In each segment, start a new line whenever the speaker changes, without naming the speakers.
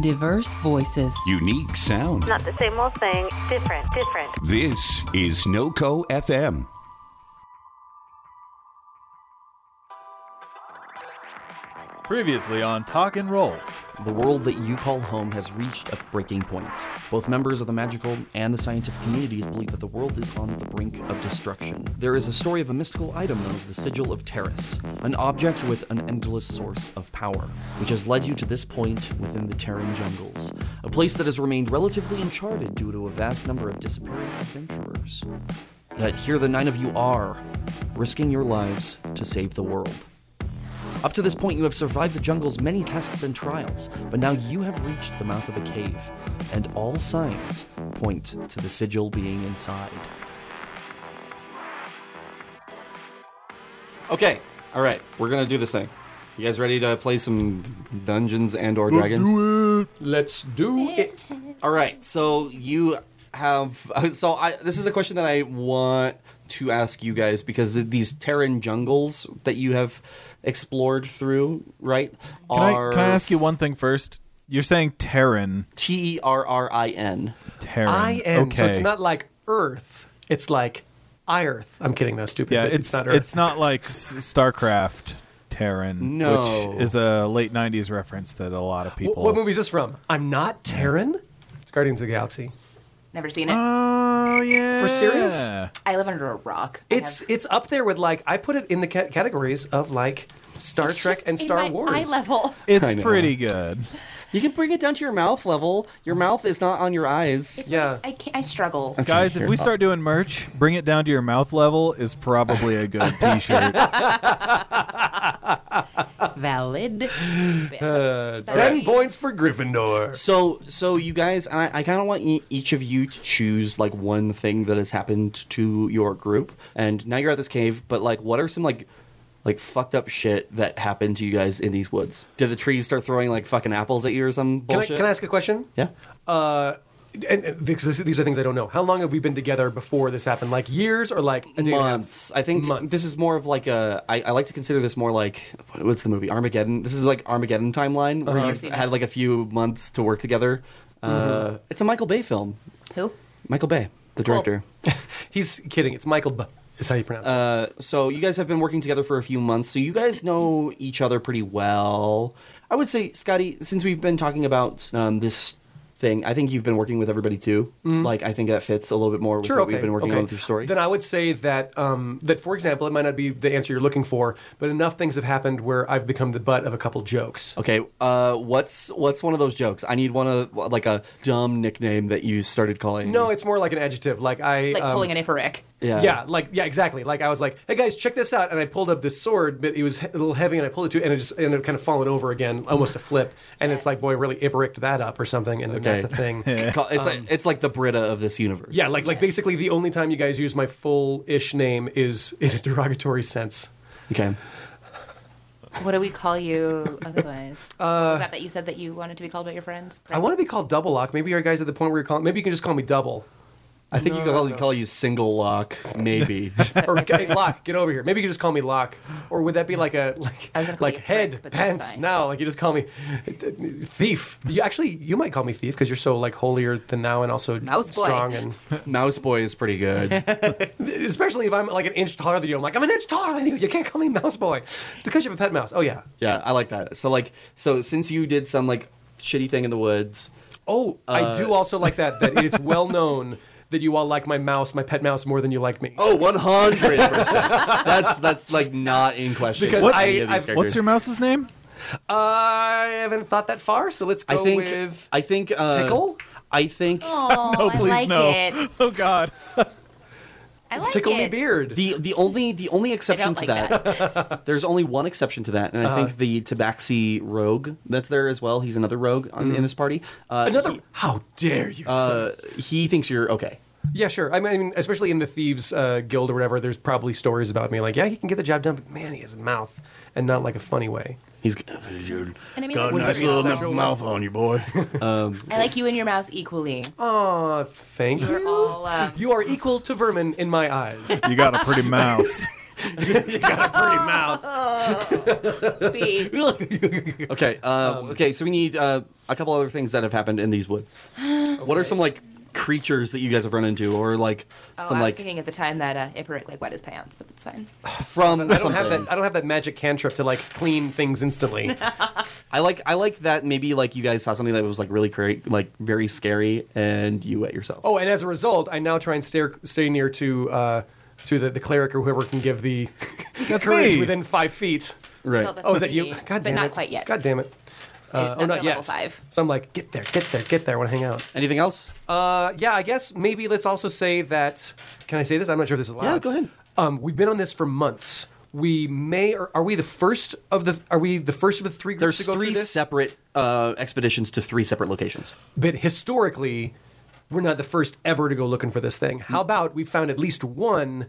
Diverse voices.
Unique sound.
Not the same old thing. Different, different.
This is NoCo FM.
Previously on Talk and Roll.
The world that you call home has reached a breaking point. Both members of the magical and the scientific communities believe that the world is on the brink of destruction. There is a story of a mystical item known as the Sigil of Terrace, an object with an endless source of power, which has led you to this point within the Terran jungles, a place that has remained relatively uncharted due to a vast number of disappearing adventurers. Yet here the nine of you are, risking your lives to save the world. Up to this point, you have survived the jungle's many tests and trials, but now you have reached the mouth of a cave, and all signs point to the sigil being inside.
Okay, all right, we're gonna do this thing. You guys ready to play some Dungeons and or Dragons?
Let's do it.
All right, so you have so I this is a question that I want to ask you guys because th these Terran jungles that you have explored through, right?
Can I, can I ask you one thing first? You're saying Terran.
T E R R I N.
Terran.
I am.
Okay.
So it's not like Earth. It's like I Earth. I'm kidding. That's stupid.
Yeah,
but
it's
it's, not Earth.
it's not like S- StarCraft Terran,
No.
which is a late '90s reference that a lot of
Wh-
people.
what movie is this from? I'm not Terran. It's Guardians of the Galaxy.
Never seen it.
Uh,
Oh yeah.
For serious?
I live under a rock. I
It's
have-
it's up there with like I put it in the ca- categories of like Star Trek
Just
and
in
Star
my
Wars.
Eye level.
I
It's
know.
pretty good.
You can bring it down to your mouth level. Your mouth is not on your eyes.
Yeah. Uh,
I can't. I struggle.
Guys, if we start doing merch, bring it down to your mouth level is probably a good T-shirt.
Valid.
Ten points for Gryffindor.
So, so you guys, and I, I kind of want e- each of you to choose like one thing that has happened to your group. And now you're at this cave, but like, what are some like, like fucked up shit that happened to you guys in these woods? Did the trees start throwing like fucking apples at you or some
Can I,
bullshit?
can I ask a question?
Yeah.
Uh, and and because this- these are things I don't know. How long have we been together before this happened? Like years or like a day and a half?
Months. I think
Months.
this is more of like a. I, I like to consider this more like what's the movie Armageddon. This is like Armageddon timeline
Uh-huh.
where
I've
you've
seen
had
it.
like a few months to work together.
Mm-hmm.
Uh, it's a Michael Bay film.
Who?
Michael Bay, the
Cool.
director.
He's kidding. It's Michael. B- is how you pronounce it.
so you guys have been working together for a few months, so you guys know each other pretty well. I would say, Scotty, since we've been talking about um, this thing, I think you've been working with everybody too. Like, I think that fits a little bit more with
Mm-hmm. Sure.
what
okay.
we've been working
okay.
on with your story.
Then I would say that um, that for example, it might not be the answer you're looking for, but enough things have happened where I've become the butt of a couple jokes.
okay, uh, what's what's one of those jokes? I need one of like a dumb nickname that you started calling.
No, it's more like an adjective. Like I
Like
um,
pulling an Iparic.
yeah,
Yeah, like yeah, exactly. Like I was like, "Hey guys, check this out!" And I pulled up this sword, but it was he- a little heavy, and I pulled it to, and it just ended up kind of falling over again, almost a flip. And it's like, boy, really ibericked that up or something, and that's a thing.
Ca- It's like it's like the Brita of this universe.
Um, yeah, like like basically the only time you guys use my full ish name is in a derogatory sense.
Okay.
What do we call you otherwise? Uh, was that that you said that you wanted to be called by your friends?
I want to be called Double Lock. Maybe your guys at the point where you're calling. Maybe you can just call me Double.
I think you could probably call you single lock, maybe.
or hey, Lock, get over here. Maybe you can just call me Lock. Or would that be like a
I was gonna
like
call
like
you prick,
head
but that's
pants?
fine.
No, like you just call me thief. You actually you might call me thief because you're so like holier than now and also
Mouse boy.
strong and
Mouse boy is pretty good.
especially if I'm like an inch taller than you. I'm like I'm an inch taller than you. You can't call me mouse boy. It's because you have a pet mouse. Oh yeah.
Yeah, I like that. So like, so since you did some like shitty thing in the woods,
Oh,
Uh,
I do also like that. That it's well known. That you all like my mouse, my pet mouse, more than you like me.
oh, one hundred percent. That's that's like not in question.
Because
with
I-
any of these
I've-
characters.
What's your mouse's name?
I haven't thought that far, so let's
I
go
think
with
I think uh,
Tickle?
I think
Oh,
Oh,
I
please
like
no.
it.
Oh God.
I like
tickle
it.
me beard.
the the only the only exception to
like
that, there's only one exception to that, and I
Uh-huh.
think the Tabaxi rogue that's there as well. He's another rogue on, in this party. Uh,
Mm-hmm. Another? How dare you? sir.
uh, he thinks you're okay.
Yeah, sure. I mean, especially in the thieves uh, guild or whatever, there's probably stories about me like, yeah, he can get the job done, but man, he has a mouth, and not like a funny way.
He's
And I mean, what does that mean? Also,
mouth on you, boy.
I like you and your mouse equally.
Oh, thank
You're
you.
all. Um,
You are equal to vermin in my eyes.
You got a pretty mouse.
you got a pretty mouse.
B.
Okay. Uh,
Um,
okay. So we need uh, a couple other things that have happened in these woods. What are some like creatures that you guys have run into, or like
Oh,
some
I was
like
thinking at the time that uh, Iperic like wet his pants, but that's fine.
from
I don't have
something?
that. I don't have that magic cantrip to like clean things instantly.
I like I like that maybe like you guys saw something that was like really cra- like very scary and you wet yourself.
Oh, and as a result, I now try and stay stay near to uh, to the, the cleric or whoever can give the
That's
courage
me.
within five feet.
right.
Well, that's
Oh, is
not
that you?
me,
God damn
but
it!
not quite yet.
God damn it! Uh,
Not
oh,
till
not
level
yet.
five.
So I'm like, get there, get there, get there. I want to hang out.
Anything else?
Uh, yeah, I guess maybe let's also say that. Can I say this? I'm not sure if this is allowed.
Yeah, go ahead.
Um, we've been on this for months. We may or are we the first of the are we the first of the three
There's
groups to go through
three
this?
separate uh, expeditions to three separate locations.
but historically, we're not the first ever to go looking for this thing. How about we found at least one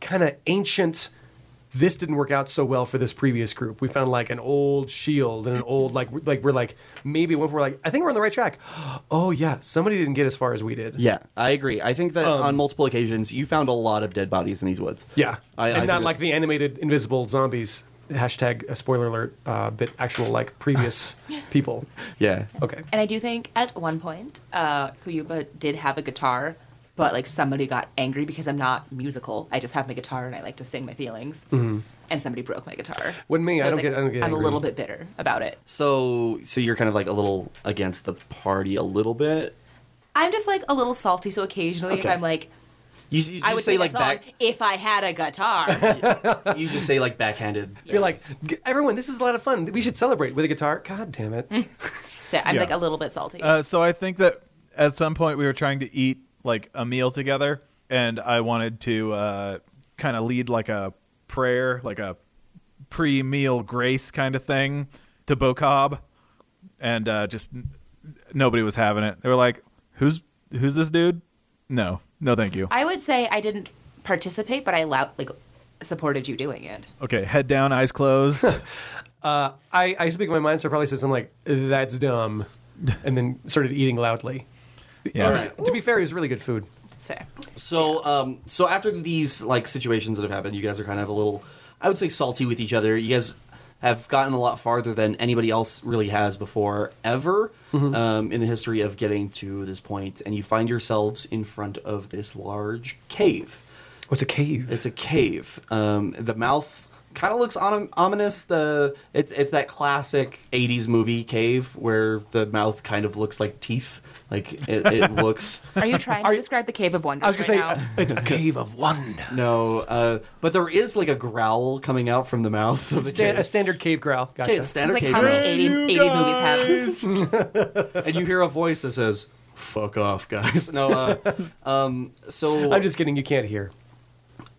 kind of ancient. This didn't work out so well for this previous group. We found like an old shield and an old like we're- like we're like maybe one we're like I think we're on the right track. Oh yeah, somebody didn't get as far as we did.
Yeah, I agree. I think that on multiple occasions you found a lot of dead bodies in these woods.
Um, Yeah,
I- I
and
think
not like
that's-
the animated invisible zombies hashtag uh, spoiler alert, uh, but actual like previous people.
Yeah.
Okay,
And I do think at one point, uh, Kuyuba did have a guitar, but like somebody got angry because I'm not musical. I just have my guitar and I like to sing my feelings. And somebody broke my guitar.
Wouldn't Mm-hmm. me, I
it's
don't get- I don't get
I'm
angry.
a little bit bitter about it.
So so you're kind of like a little against the party a little bit.
I'm just like a little salty, so occasionally
Okay.
if I'm like,
You, you just
I would
say
sing
like
a song
back.
if I had a guitar.
You just say like backhanded.
you're like "G- everyone. This is a lot of fun. We should celebrate with a guitar. God damn it.
so I'm
Yeah.
like a little bit salty.
Uh, so I think that at some point we were trying to eat like a meal together, and I wanted to uh, kind of lead like a prayer, like a pre-meal grace kind of thing to Bocob, and uh, just n- nobody was having it. They were like, "Who's who's this dude?" No, no, thank you.
I would say I didn't participate, but I allowed, like supported you doing it.
Okay, head down, eyes closed.
I, I speak my mind, so I probably said something like, that's dumb, and then started eating loudly.
yeah.
All right.
To be fair, it was really good food.
So
So, um, so after these like situations that have happened, you guys are kind of a little, I would say, salty with each other. You guys have gotten a lot farther than anybody else really has before ever
Mm-hmm.
um, in the history of getting to this point, and you find yourselves in front of this large cave.
What's a cave?
It's a cave. Um, the mouth kind of looks onom- ominous. The it's it's that classic '80s movie cave where the mouth kind of looks like teeth. Like it, it looks.
are you trying to describe the Cave of Wonders
I was gonna
right
say
now?
uh, it's a cave of wonder.
No, uh, but there is like a growl coming out from the mouth of the
Stan- a
cave.
standard cave growl. Gotcha.
Okay, a standard
It's like
cave
how many
growl.
80, 80s movies have
and you hear a voice that says, "Fuck off, guys." No, uh, um, so
I'm just kidding. You can't hear.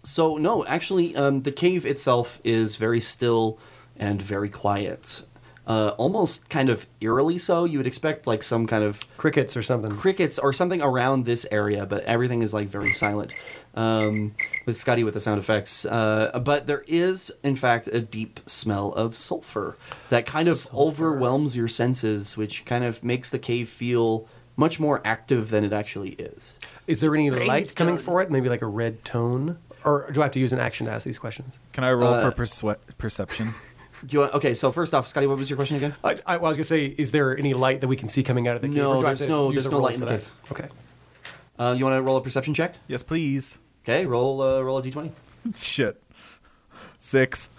so no, actually, um, the cave itself is very still and very quiet, uh, almost kind of eerily so. You would expect like some kind of
Crickets or something.
crickets or something around this area, but everything is like very silent. Um, with Scotty with the sound effects, uh, but there is in fact a deep smell of sulfur that kind of overwhelms your senses, which kind of makes the cave feel much more active than it actually is.
Is there any light coming
stone.
for it? Maybe like a red tone? Or do I have to use an action to ask these questions?
Can I roll
Uh,
for persua- perception?
Do you want, okay, so first off, Scotty, what was your question again?
I, I, well, I was gonna say, is there any light that we can see coming out of the cave?
No,
or do I have
there's
to
no-
use
there's
a
no
roll
light in
for
the
that?
cave.
Okay.
Uh, you want to roll a perception check?
yes, please.
Okay, roll uh, roll a d20.
Shit. Six.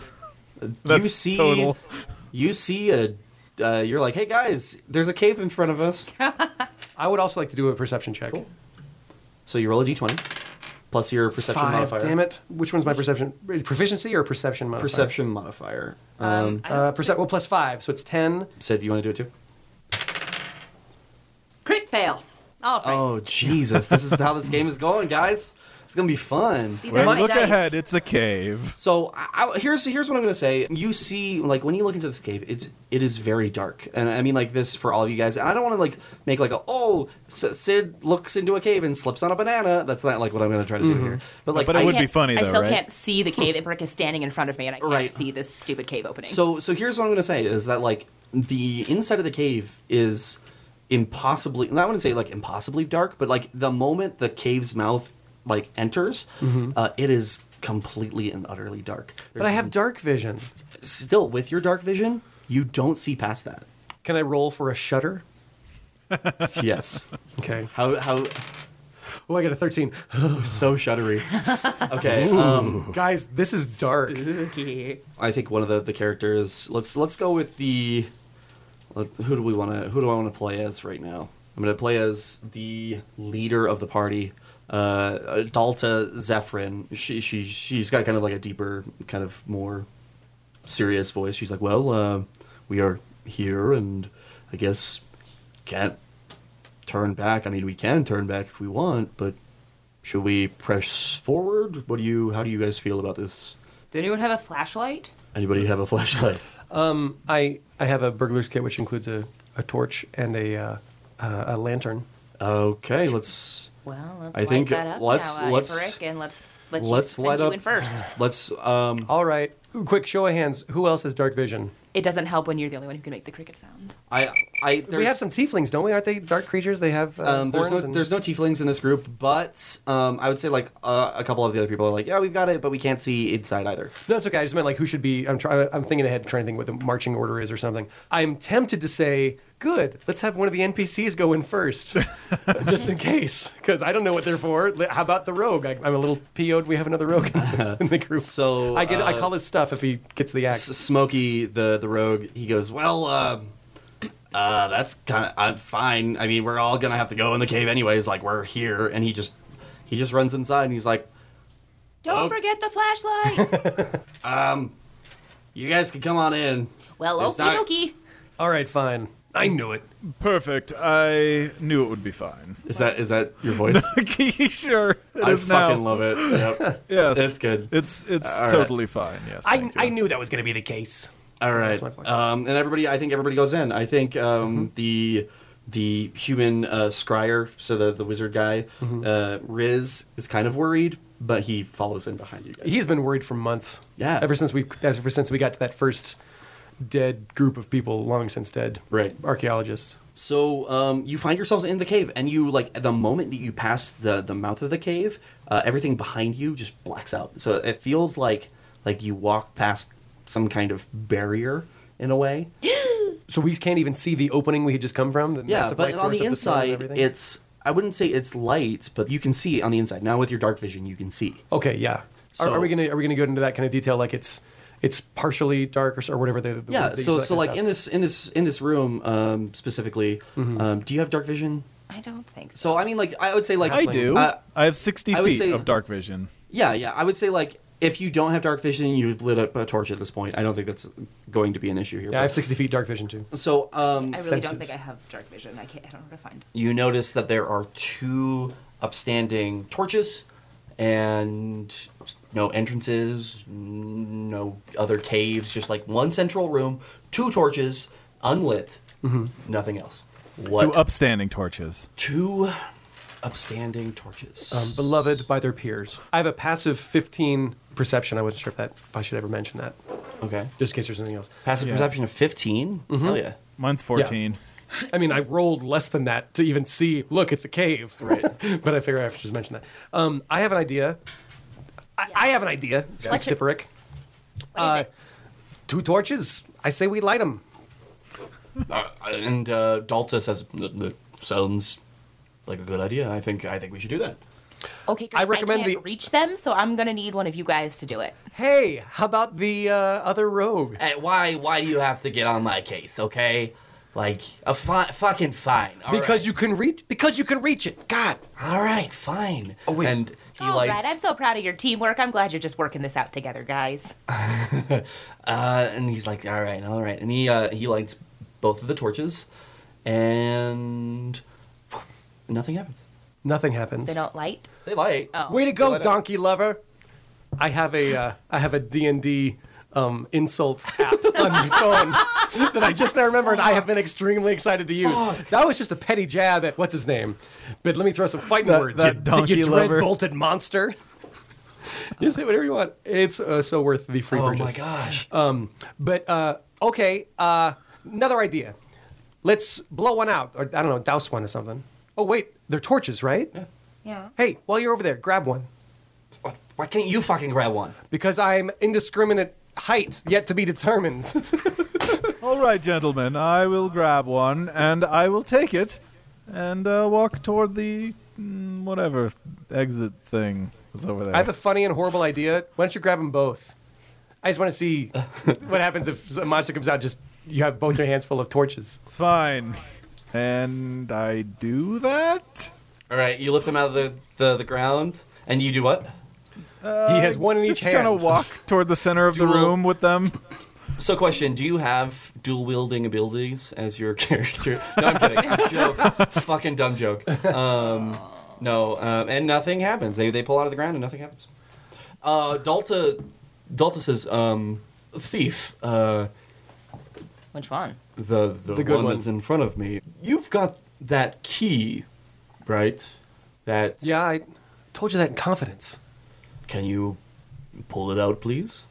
you
That's
see,
total.
you see a. Uh, you're like, hey guys, there's a cave in front of us.
I would also like to do a perception check.
So you roll a d20 plus your perception
Five.
modifier.
Damn it! Which one's my perception? Proficiency or perception modifier?
Perception modifier. Um,
Uh, percep- well, plus five, so it's ten.
Sid, you want to do it too?
crit fail. All right.
Oh Jesus! this is how this game is going, guys. It's gonna be fun.
These are
Well,
my
look
dice.
ahead. It's a cave.
So I, I- here's here's what I'm gonna say. You see, like when you look into this cave, it's it is very dark, and I mean like this for all of you guys. And I don't want to like make like a oh S- Sid looks into a cave and slips on a banana. That's not like what I'm gonna try to do here. But like
Mm-hmm. But it
I-
would be
can't-
funny,
I
though,
still
right?
can't see the cave. Ibrick is standing in front of me, and I can't
Right.
see this stupid cave opening.
So so here's what I'm gonna say is that like the inside of the cave is impossibly and I wouldn't say like
Mm-hmm.
impossibly dark, but like the moment the cave's mouth like enters, uh, it is completely and utterly dark.
But I have dark vision.
still with your dark vision, you don't see past that.
Can I roll for a shutter?
yes.
Okay.
How how
Oh, I got a 13.
so shuddery. Okay. Um,
Guys, this is dark.
Spooky.
I think one of the, the characters. Let's let's go with the. Let, who do we want to? Who do I want to play as right now? I'm going to play as the leader of the party, uh, Dalta Zephyrin. She she she's got kind of like a deeper, kind of more serious voice. She's like, "Well, uh, we are here, and I guess can't turn back. I mean, we can turn back if we want, but should we press forward? What do you? How do you guys feel about this?
Did anyone have a flashlight?
Anybody have a flashlight?
um, I, I have a burglar's kit, which includes a, a torch and a, uh, uh, a lantern.
Okay, let's
Well, let's
I
light
think
that up
let's-
now, uh,
let's-
Rick, and let's let you,
let's
send
light
you
up
in first.
Let's um
All right. Ooh, Quick show of hands. Who else has dark vision?
It doesn't help when you're the only one who can make the cricket sound.
I I there's
we have some tieflings, don't we? Aren't they dark creatures? They have uh,
um, there's no
horns and-
there's no tieflings in this group, but um I would say like uh, a couple of the other people are like, yeah, we've got it, but we can't see inside either.
No, it's okay. I just meant like who should be. I'm trying. I'm thinking ahead, trying to think what the marching order is or something. I'm tempted to say, good. Let's have one of the NPCs go in first, just in case, because I don't know what they're for. Li- How about the rogue? I, I'm a little PO'd. We have another rogue in the, in the group.
So,
I get. I
uh,
call his stuff if he gets the axe.
S- Smokey the the rogue, he goes, well, um uh, that's kind of I'm fine. I mean, we're all gonna have to go in the cave anyways. Like we're here, and he just he just runs inside and he's like, Oh.
Don't forget the flashlight.
you guys can come on in.
well,
There's
okie
not-
dokie.
All right, fine. I knew it.
Perfect. I knew it would be fine.
Is that is that your voice?
sure. it is
I fucking
now.
love it. Yep.
Yes.
It's good.
It's it's
All right.
totally fine. Yes.
I,
thank you.
I knew that was going to be the case.
All right.
my point.
Um, and everybody, I think everybody goes in. I think um, the the human uh, scryer, so the the wizard guy, uh, Riz is kind of worried, but he follows in behind you guys.
He's been worried for months.
Yeah.
Ever since we ever since we got to that first dead group of people, long since dead.
Right.
Archaeologists.
So um, you find yourselves in the cave, and you like the moment that you pass the the mouth of the cave, uh, everything behind you just blacks out. So it feels like like you walk past some kind of barrier in a way.
So we can't even see the opening we had just come from. The
Yeah,
massive
but
light
on
source
the
of sun
inside,
and everything?
it's I wouldn't say it's light, but you can see on the inside. Now with your dark vision, you can see.
okay. Yeah.
So-
are, are we gonna are we gonna go into that kind of detail? Like it's it's partially dark or, s- or whatever. The, the
Yeah,
words they
so
use, that
so
kind of
like
stuff.
in this in this in this room um, specifically,
Mm-hmm.
um, do you have dark vision?
I don't think so.
So I mean, like I would say, like
I do.
uh,
I have 60
I would
feet
say-
of dark vision.
yeah, yeah, I would say like if you don't have dark vision, you've lit up a torch at this point. I don't think that's going to be an issue here.
yeah, I have
but-
sixty feet dark vision too.
so um,
I really
senses.
don't think I have dark vision. I can't. I don't know where to find.
you notice that there are two upstanding torches and no entrances, n- no other caves, just like one central room, two torches, unlit, nothing else. What?
Two upstanding torches.
two upstanding torches.
Um, beloved by their peers. I have a passive fifteen perception. I wasn't sure if that if I should ever mention that.
okay.
Just in case there's something else.
Passive
Yeah.
perception of 15? Hell yeah.
Mine's 14.
I mean, I rolled less than that to even see. Look, it's a cave. Right. but I figure I have to just mention that. Um, I have an idea. I, I have an idea. Speak
What's your-
Siperic.
What is
Uh,
it?
Two torches. I say we light them.
Uh, and uh, Dalta says, "That- that sounds like a good idea. I think I think we should do that.
Okay, great.
I recommend
can't
the-
reach them, so I'm gonna need one of you guys to do it.
Hey, how about the uh, other rogue?
Hey, Eh, why why do you have to get on my case, okay? Like a fi- fucking fine. all
Because you can reach. Because you can reach it. God.
right. all right, fine. Oh
wait.
And he
All
lights
right, I'm so proud of your teamwork. I'm glad you're just working this out together, guys.
uh, and he's like, "All right, all right." And he uh, he lights both of the torches and nothing happens.
Nothing happens.
They don't light.
They light.
Way to go,
Light up.
donkey lover. I have a uh, I have a D and D um, insult app on my phone that I just now remembered. I have been extremely excited to use. That was just a petty jab at what's his name. But let me throw some fighting
That-
words.
that
you,
donkey
you
lover.
bolted monster. you say whatever you want. It's uh, so worth the free
Oh
purchase.
my gosh.
Um, but uh, okay, uh, another idea. Let's blow one out, or I don't know, douse one or something. Oh wait, they're torches, right?
Yeah.
Hey, while you're over there, grab one.
Why can't you fucking grab one?
because I'm indiscriminate height yet to be determined.
All right, gentlemen, I will grab one and I will take it and uh, walk toward the mm, whatever exit thing that's over there.
I have a funny and horrible idea. Why don't you grab them both? I just want to see what happens if a monster comes out. Just you have both your hands full of torches.
Fine. And I do that?
All right, you lift him out of the, the, the ground, and you do what?
he has one in each
Just
hand.
kind of walk toward the center of the
Dual-
room with them.
So, question: Do you have dual wielding abilities as your character? No, I'm kidding. joke. Fucking dumb joke. Um, no, um, and nothing happens. They they pull out of the ground and nothing happens. Uh, Dalta, Dalta says, um, "Thief, uh,
Which one?
the the,
The good
one
one.
that's in front of me. You've got that key, right? That
Yeah, I told you that in confidence.
Can you pull it out, please?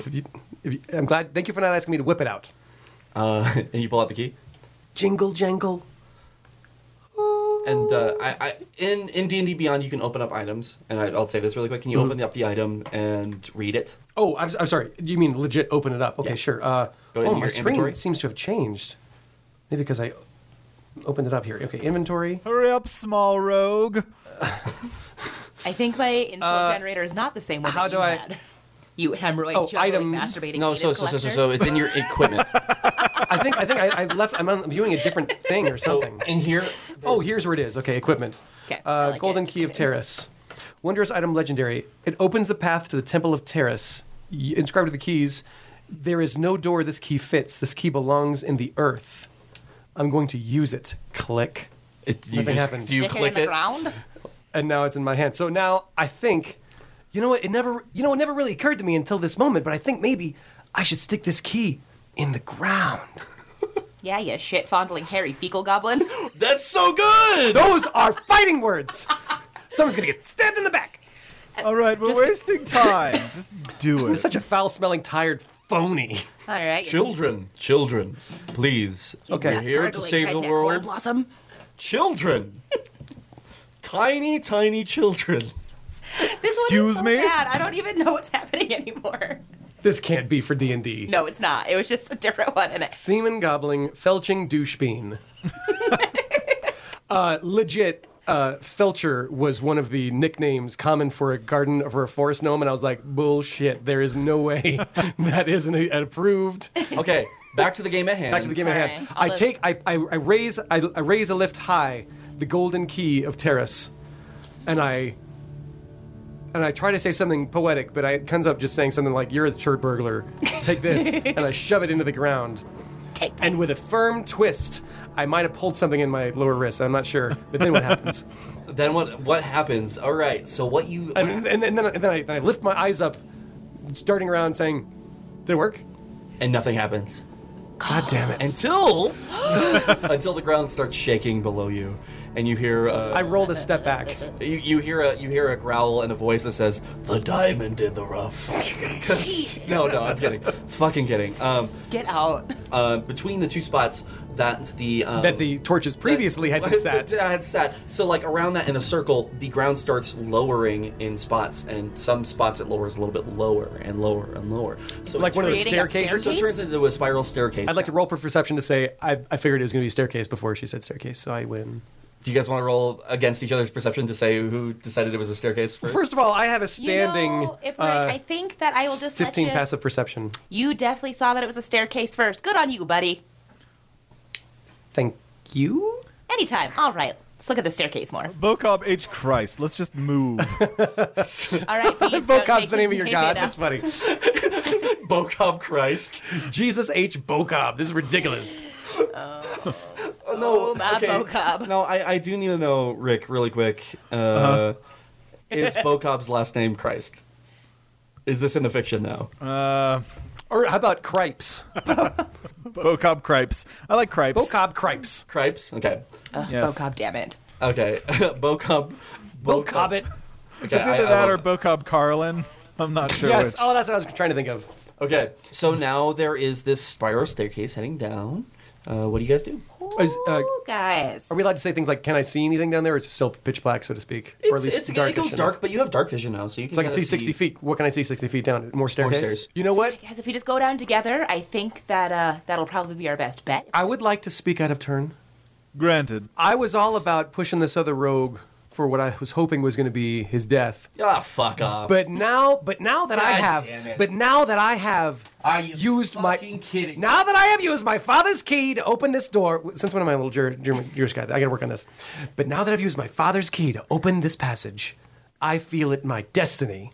If you, if you, I'm glad. Thank you for not asking me to whip it out.
Uh, and you pull out the key.
Jingle jangle.
and uh, I, I in in D and D Beyond, you can open up items, and I, I'll say this really quick. Can you
Mm-hmm.
open up the item and read it?
Oh, I'm, I'm sorry. You mean legit open it up? Okay,
Yeah.
sure. Uh,
Go into
oh, my
your
screen
inventory.
seems to have changed. Maybe because I opened it up here. Okay, inventory.
Hurry up, small rogue.
I think my insult generator is not the same one.
Uh, how
that
do
you
I-
Had. You hemorrhoid
Oh,
juggling,
items.
masturbating.
No,
anus
so so so so
collector.
so it's in your equipment.
I think I think I, I left. I'm on- viewing a different thing or
so
something.
in here,
Oh, here's where it is. Okay, equipment.
'Kay, I
Uh,
like
Golden
it. It's
Key of
good.
Terrace. Wondrous item legendary. It opens the path to the Temple of Terrace. Y- Inscribed with the keys, there is no door this key fits. This key belongs in the earth. I'm going to use it. Click.
it, you
Nothing
just
happened.
you
Stick it in
click
the
it.
ground.
And now it's in my hand. So now I think, you know what? It never, you know, it never really occurred to me until this moment. But I think maybe I should stick this key in the ground.
Yeah, you shit fondling hairy fecal goblin.
That's so good.
Those are fighting words. Someone's gonna get stabbed in the back.
All right, we're wasting time. Just do
You're
it.
such a foul-smelling, tired phony.
All right.
Children, children, please.
Okay.
We're here to
Gargling
save the
redneck horn
world.
Blossom.
Children, tiny, tiny children.
This one
Excuse
is so
me?
Bad. I don't even know what's happening anymore.
This can't be for D and D.
No, it's not. It was just a different one. And I,
Semen gobbling, felching douchebean. uh, legit, uh, felcher was one of the nicknames common for a garden for a forest gnome, and I was like, bullshit. There is no way that isn't a- an approved.
Okay, back to the game at hand.
Back to the game at hand.
Sorry.
I take, I, I, I raise, I, I raise a lift high, the golden key of Terrace, and I. And I try to say something poetic, but I, it comes up just saying something like, "You're a turd burglar. Take this," and I shove it into the ground.
take that.
And with a firm twist, I might have pulled something in my lower wrist. I'm not sure. But then what happens?
Then what? What happens? All right. So what you?
and, and, then, and then, I, then I lift my eyes up, darting around saying, Did it work?
and nothing happens.
God damn it. And
until until the ground starts shaking below you, and you hear uh,
I rolled a step back.
you, you hear a you hear a growl and a voice that says "the diamond in the rough." 'Cause- no, no, I'm kidding, fucking kidding. Um,
Get out.
uh, between the two spots, that's the um,
That the torches previously had been sat.
I had sat. So like around that in a circle, the ground starts lowering in spots, and some spots it lowers a little bit lower and lower and lower. So
Like
it
one of those
Creating a
staircases.
so it turns into a spiral staircase.
I'd like to
now.
roll for perception to say I, I figured it was going to be a staircase before she said staircase, so I win.
Do you guys want to roll against each other's perception to say who decided it was a staircase first?
First of all, I have a
You
standing
know, Ibrick,
uh,
I think that I will just
15
let you.
passive perception.
You definitely saw that it was a staircase first. Good on you, buddy.
Thank you.
Anytime. All right. Let's look at the staircase more.
Bokob H. Christ, let's just move.
All right. Beebs, don't
Bokob's
take
the name of your
his
god.
data.
That's funny.
Bokob Christ.
Jesus H. Bokob. This is ridiculous.
no,
Oh, my Bokob.
No, I, I do need to know, Rick, really quick. Uh,
Uh-huh.
Is Bokob's last name Christ? Is this in the fiction now?
Uh-huh.
Uh,
Or how about Cripes?
Bokob Cripes. I like Cripes.
Bokob Cripes.
Cripes? Okay.
Yes.
Bokob, damn it.
Okay. Bokob.
Bokobbit.
Okay,
It's
I-
either
I
that or
love-
Bokob Carlin. I'm not sure
Yes.
which.
Oh, that's what I was trying to think of.
Okay, so now there is this spiral staircase heading down. Uh, what do you guys do?
Is- uh,
Ooh, guys.
Are we allowed to say things like, "Can I see anything down there?" Or is it still pitch black, so to speak, or at
It's-
least
it's- it
darkish
goes
enough?
dark, but you have dark vision now, so you can,
So I can
kinda
see sixty feet. What can I see sixty feet down? More staircase.
stairs.
You know what?
guys, if we just go down together, I think that uh, that'll probably be our best bet.
I would like to speak out of turn.
Granted,
I was all about pushing this other rogue for what I was hoping was going to be his death.
Ah, fuck off.
But now, but now that I
God damn
have,
it.
but now that I have
Are you
used my
fucking kidding me?
now that I have used my father's key to open this door. Since when am I a little Jer- German Jewish guy? I got to work on this. But now that I've used my father's key to open this passage, I feel it my destiny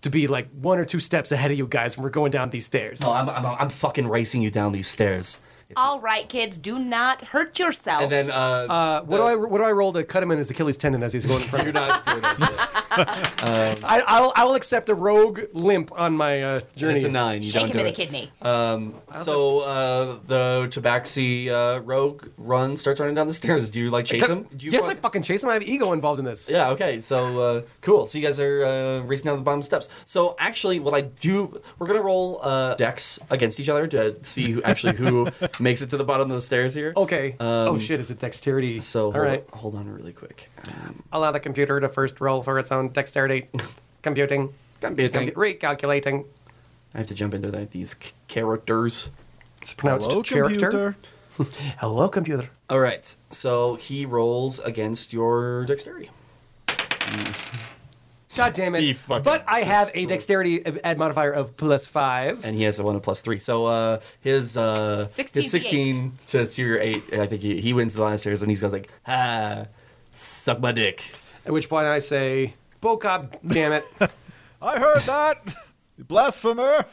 to be like one or two steps ahead of you guys when we're going down these stairs.
No, I'm, I'm, I'm fucking racing you down these stairs.
All right, kids, do not hurt yourself.
And then, uh,
what do I what do I roll to cut him in his Achilles tendon as he's going in front
you're
of me?
not doing that shit.
I, I'll I will accept a rogue limp on my uh, journey.
It's a nine. You
Shake
don't
him
do
in the
it. Uh,
kidney.
So uh, the Tabaxi uh, rogue runs, starts running down the stairs. Do you like chase him? Do you
yes,
run-
I fucking chase him. I have ego involved in this.
Yeah. Okay. So uh, cool. So you guys are uh, racing down the bottom steps. So actually, what I do, we're gonna roll uh, decks against each other to see who actually who makes it to the bottom of the stairs here.
Okay. oh shit, it's a dexterity.
Um, So
all
hold,
right,
hold on really quick. Um,
allow the computer to first roll for its own dexterity. Computing,
Computing.
Compu- recalculating.
I have to jump into that, these c- characters.
It's pronounced
hello,
character.
computer.
Hello, computer.
All right. So he rolls against your dexterity.
God damn it!
He fucking
but I have a
destroyed-
dexterity ad modifier of plus five.
and he has a one and plus three. So uh, his uh,
16
his
to eight.
sixteen to your eight, I think he, he wins the last series, and he's goes like, ah, suck my dick.
At which point I say, "Bokob, damn it!"
I heard that. Blasphemer.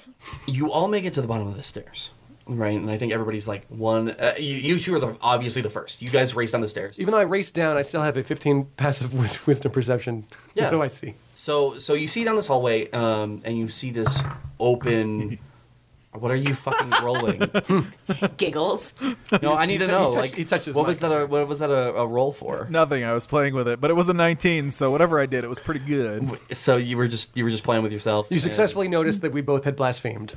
You all make it to the bottom of the stairs, right? And I think everybody's like one. Uh, you, you two are the, obviously the first. You guys race down the stairs.
Even though I raced down, I still have a 15 passive wis- wisdom perception.
Yeah.
What do I see?
So so you see down this hallway, um, and you see this open. What are you fucking rolling?
Giggles.
No, I need to
He
know.
touched-
like,
he touched his
what
mic.
was that? A, what was that a, a roll for?
Nothing. I was playing with it, but it was a 19, so whatever I did, it was pretty good.
So you were just you were just playing with yourself.
You
and-
successfully noticed that we both had blasphemed.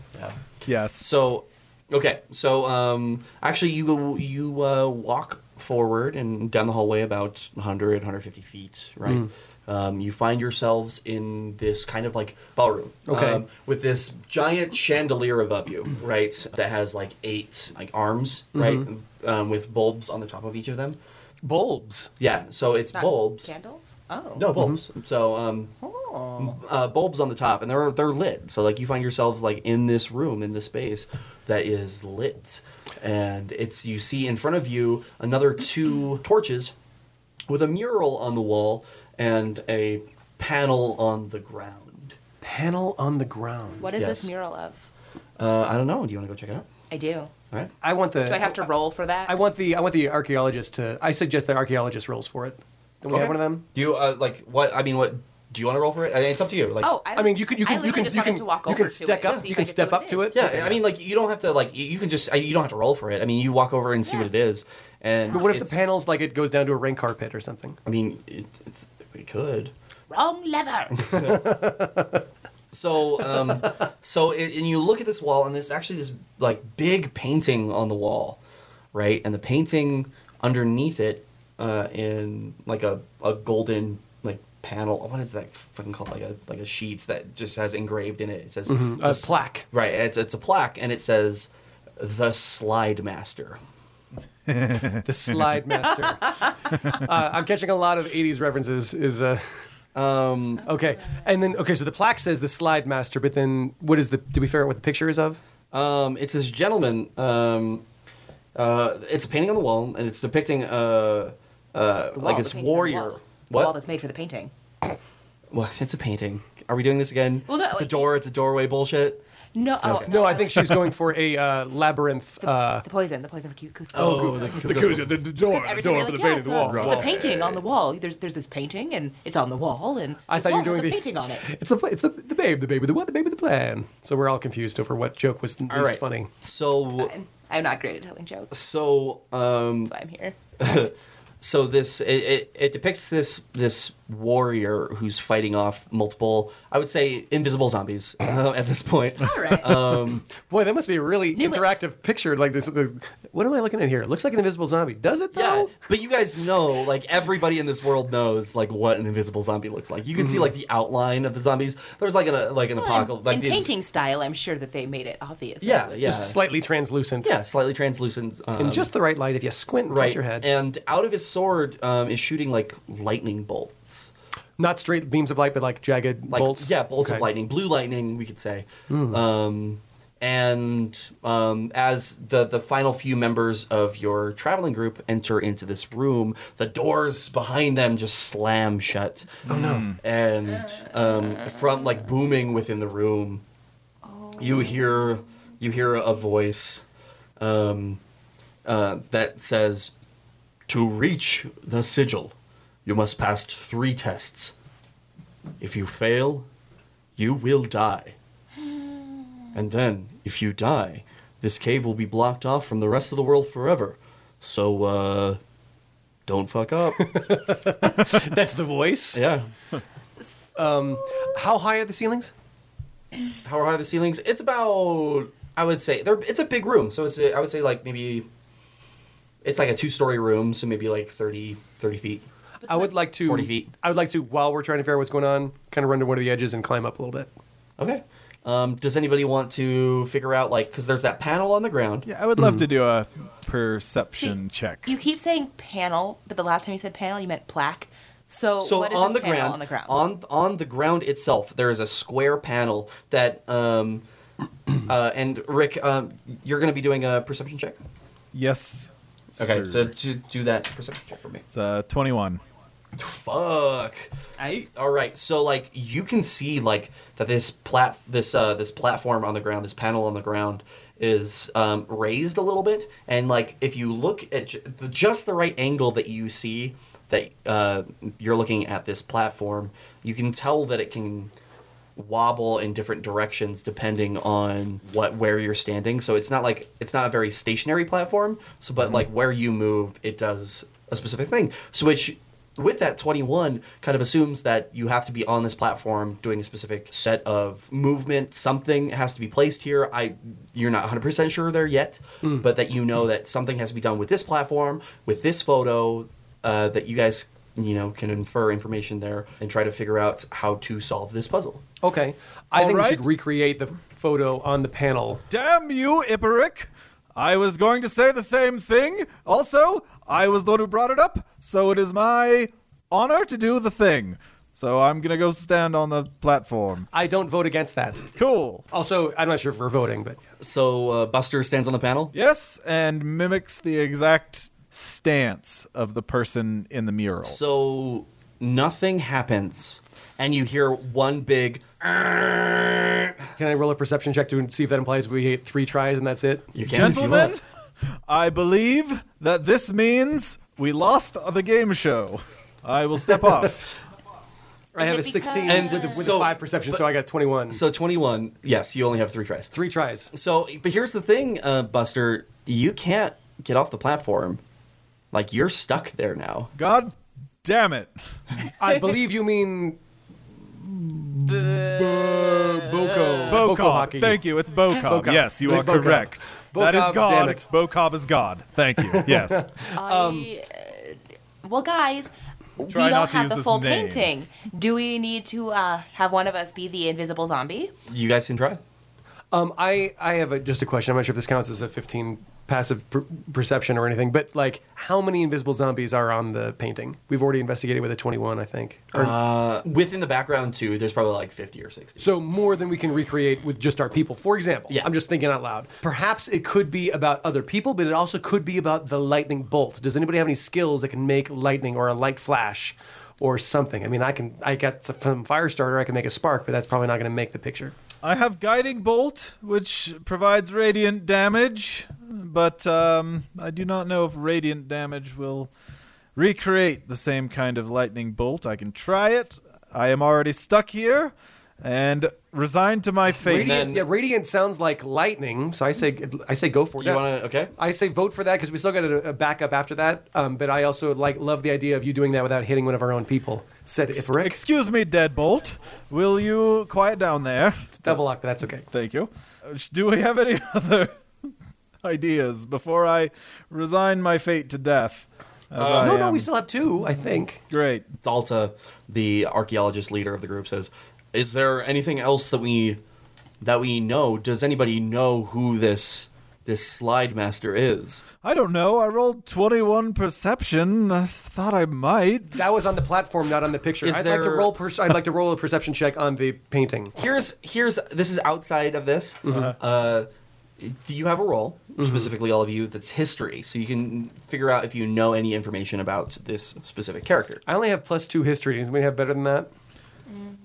Yes.
So, okay. So, um, actually, you go, you uh, walk forward and down the hallway about 100, 150 feet, right? Um, you find yourselves in this kind of like ballroom,
Okay.
um, with this giant chandelier above you, right? That has like eight like arms, right, um, with bulbs on the top of each of them.
Bulbs.
Yeah. So it's
Not
bulbs.
Candles? Oh.
No bulbs. So um,
Oh.
uh, bulbs on the top, and they're they're lit. So like you find yourselves like in this room in this space that is lit, and it's you see in front of you another two torches with a mural on the wall and a panel on the ground.
Panel on the ground.
What is
Yes.
this mural of?
Uh, I don't know. Do you want to go check it out?
I do.
All right.
I want the.
Do I have to roll for that?
Uh, I want the. I want the archaeologist to. I suggest the archaeologist rolls for it. Don't we have one of them?
Do you uh, like what? I mean, what do you want to roll for it? I mean, it's up to you. Like
Oh, I,
I mean, you can- you
I
can- you
literally
can-
just
you
wanted
can-
to walk
you
over
can
to
step
it and
up,
see
you
if
can
I could see
step
what
up to
is.
it.
Yeah, I mean, like you don't have to like you, you can just I- you don't have to roll for it. I mean, you walk over and see
Yeah.
what it is. And
But what if the
it's-
panel's like it goes down to a rain carpet or something?
I mean, it, it's we could.
Wrong lever.
So, um, so it, and you look at this wall, and there's actually this like big painting on the wall, right? And the painting underneath it, uh, in like a, a golden like panel. What is that fucking called? Like a like a sheet that just has engraved in it. It says
A plaque.
right. It's it's a plaque, and it says the Slide Master.
The slide master. uh, I'm catching a lot of '80s references. Is uh, um okay? And then okay, so the plaque says the slide master, but then what is the? Did we figure out what the picture is of?
Um, it's this gentleman. Um, uh, it's a painting on the wall, and it's depicting uh, uh, like
Wall,
this
the painting on the
warrior.
wall. The
What?
wall that's made for the painting.
Well, it's a painting. Are we doing this again?
Well, no,
it's a
it-
door. It's a doorway. Bullshit.
No, oh,
Okay.
No, I think she's going for a uh, labyrinth. Uh,
the poison, the poison for Q- Cusco.
Oh, the, door,
Because every time they're like, yeah, it's, a, it's a painting on the wall. There's there's this painting and it's on the wall and
I
this
thought you
wall
were doing
has a
the-
painting on it.
It's the pla- it's the, the babe, the babe with the what, the babe with the plan. So we're all confused over what joke was least
All right.
funny.
So,
And I'm not great at telling jokes.
so, um,
That's why I'm here.
so this it, it, it depicts this this warrior who's fighting off multiple, I would say, invisible zombies uh, at this point.
All right.
Um,
Boy, that must be a really
Knew it.
interactive picture. Like this, the, what am I looking at here? It looks like an invisible zombie. Does it
Yeah,
though?
but you guys know, like everybody in this world knows, like what an invisible zombie looks like. You can
Mm-hmm.
see like the outline of the zombies. There's like an uh, like an apocalypse, like
in
these-
painting style, I'm sure that they made it obvious. that
Yeah,
it was-
yeah,
Just slightly translucent.
yeah, slightly translucent. Um,
In just the right light, if you squint and
right,
touch your head.
and out of his sword um, is shooting like lightning bolts.
Not straight beams of light, but like jagged
like
bolts.
yeah bolts of
Okay. Hmm.
lightning blue lightning we could say um, and um, as the the final few members of your traveling group enter into this room the doors behind them just slam shut oh
Hmm.
no and um, from like booming within the room you hear you hear a voice um, uh, that says to reach the sigil you must pass three tests if you fail, you will die. And then, if you die, this cave will be blocked off from the rest of the world forever. So, uh, don't fuck up.
That's the voice.
yeah.
How high are the ceilings?
How high are the ceilings? It's about, I would say, they're, it's a big room. So, it's, a, I would say, like, maybe, it's like a two story room. So, maybe like 30, 30 feet.
I would like to.
40 feet.
I would like to, while we're trying to figure out what's going on, kind of run to one of the edges and climb up a little bit.
Okay. Um, does anybody want to figure out, like, because there's that panel on the ground?
Yeah, I would
Hmm.
love to do a
See,
perception check.
You keep saying panel, but the last time you said panel, you meant plaque. So,
so
what is
on the
this panel
ground
on the ground.
on on the ground itself there is a square panel that um uh, and rick um you're gonna be doing a perception check
yes.
okay
sir.
so to do that perception check for me
it's uh, 21.
fuck all right so like you can see like that this plat this uh this platform on the ground this panel on the ground is um, raised a little bit and like if you look at j- the, just the right angle that you see that uh, you're looking at this platform you can tell that it can wobble in different directions depending on what where you're standing. So it's not like it's not a very stationary platform. So but like where you move, it does a specific thing. So which with that 21 kind of assumes that you have to be on this platform doing a specific set of movement something has to be placed here i you're not 100% sure there yet but that you know that something has to be done with this platform with this photo uh, that you guys you know can infer information there and try to figure out how to solve this puzzle
Okay. I
All
think we
right.
should recreate the photo on the panel.
Damn you, Iperic! I was going to say the same thing. Also, I was the one who brought it up, so it is my honor to do the thing. So I'm gonna go stand on the platform.
I don't vote against that.
Cool.
Also, I'm not sure if we're voting, but
So uh, Buster stands on the panel.
Yes, and mimics the exact stance of the person in the mural.
So nothing happens, and you hear one big. You
can I roll a perception check to see if that implies we hit three tries and that's it?
can if you
Gentlemen,
want.
I believe that this means we lost the game show. I will step off.
I have a
it
16
because-
with, a, with
So-
a five perception, so I got 21.
So twenty-one. Yes, you only have three tries.
three tries.
So, but here's the thing, uh, Buster. You can't get off the platform. Like you're stuck there now.
God damn it.
I believe you mean Boko.
Bokob.
hockey.
Thank you. It's Bokob.
Bokob.
Yes, you
Big
are
Bokob.
correct. that is
Bokob, damn
God.
it.
Bokob is God. Thank you. Yes.
I, uh, Um, well, guys, we
Try
don't
not to
have
use
the
his
full
name.
painting. Do we need to uh, have one of us be the invisible zombie?
You guys can try.
Um, I, I have a, just a question. I'm not sure if this counts as a 15 passive per- perception or anything, but like, how many invisible zombies are on the painting? We've already investigated with a 21, I think. Or-
Within the background too, there's probably like fifty or sixty.
so more than we can recreate with just our people. For example,
Yeah.
I'm just thinking out loud. Perhaps it could be about other people, but it also could be about the lightning bolt. Does anybody have any skills that can make lightning or a light flash? Or something. I mean, I can. I got some from Firestarter. I can make a spark, but that's probably not going to make the picture.
I have Guiding Bolt, which provides radiant damage, but um, I do not know if radiant damage will recreate the same kind of lightning bolt. I can try it. I am already stuck here, and resigned to my fate.
Radiant,
then-
yeah, Radiant sounds like lightning, so I say I say go for it.
You
Yeah.
wanna- okay.
I say vote for that because we still got a, a backup after that. Um, but I also like love the idea of you doing that without hitting one of our own people. Said Ithric.
Excuse me, Deadbolt. Will you quiet down there?
It's double lock, but that's okay.
Thank you. Uh, sh- Do we have any other ideas before I resign my fate to death? As
Uh,
I
no, no,
am-
we still have two. I think.
Great.
Dalta, the archaeologist leader of the group, says, "Is there anything else that we that we know? Does anybody know who this this slide master is?"
I don't know. I rolled 21 perception. I s- thought I might.
That was on the platform, not on the picture.
Is
I'd like to
there-
roll. Per- I'd like to roll a perception check on the painting.
Here's here's this is outside of this. Uh, do you have a role specifically, all of you? That's history, so you can figure out if you know any information about this specific character.
I only have plus two history. Does anybody have better than that?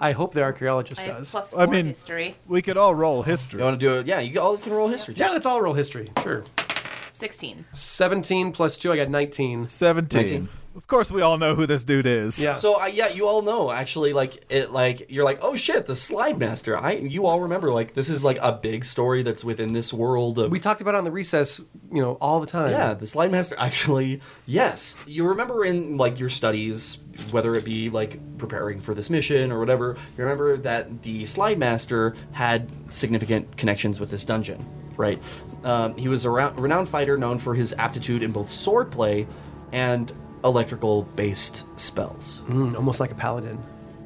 I hope the archaeologist
Mm. I have
does.
plus
I
four
mean,
history.
we could all roll
You
history.
want to do it? Yeah, you all can roll history.
yeah, let's all roll history. Sure.
16.
17 plus 2, I got 19.
17.
19.
Of course, we all know who this dude is.
Yeah.
So I, yeah, you all know actually. Like it, like you're like, oh shit, the Slide Master. I you all remember like this is like a big story that's within this world of.
we talked about it on the recess, you know, all the time.
yeah, the Slide Master actually. Yes, you remember in like your studies, whether it be like preparing for this mission or whatever. You remember that the Slide Master had significant connections with this dungeon, right? Um, he was a rou- renowned fighter known for his aptitude in both swordplay and electrical-based spells.
Mm, almost like a paladin.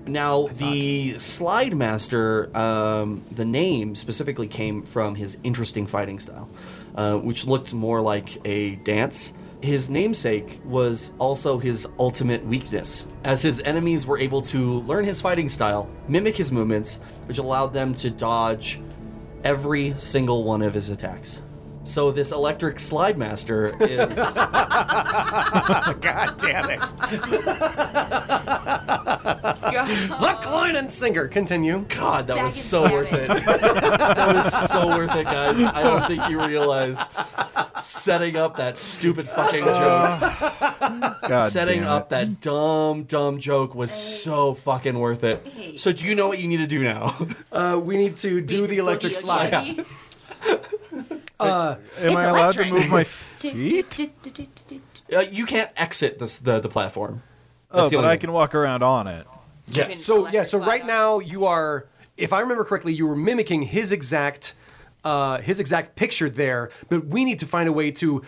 Now, the Slide Master, um, the name specifically came from his interesting fighting style, uh, which looked more like a dance. His namesake was also his ultimate weakness, as his enemies were able to learn his fighting style, mimic his movements, which allowed them to dodge every single one of his attacks. So, this electric Slide Master is.
God damn it.
God.
Luck, line, and singer. Continue.
God, that
Back
was
in
so
Miami.
worth it. that was so worth it, guys. I don't think you realize setting up that stupid fucking joke,
God
setting
damn
up
Oh, it.
that dumb, dumb joke was so fucking worth it. So, do you know what you need to do now?
Uh, we need to do the electric slide.
Am I allowed to
electric.
move my feet?
uh, you can't exit this, the the platform.
Oh, but
the only Uh,
I
thing.
can walk around on it.
Yeah.
So, yeah, so right now you are, if I remember correctly, you were mimicking his exact. Uh, his exact picture there, but we need to find a way to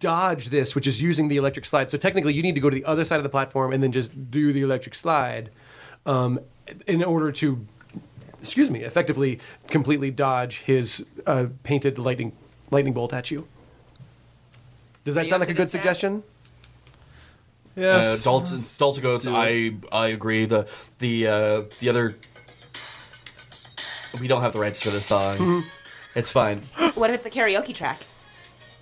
dodge this, which is using the electric slide. So technically, you need to go to the other side of the platform and then just do the electric slide, um, in order to, excuse me, effectively completely dodge his uh, painted lightning lightning bolt at you. Does that
you
sound
up
like
to
a good
this, Dad?
suggestion?
Uh,
Yes.
Dalton, Dalton goes. I I agree. The the uh, the other. We don't have the rights for this
Mm-hmm.
song. it's fine.
What if it's the karaoke track?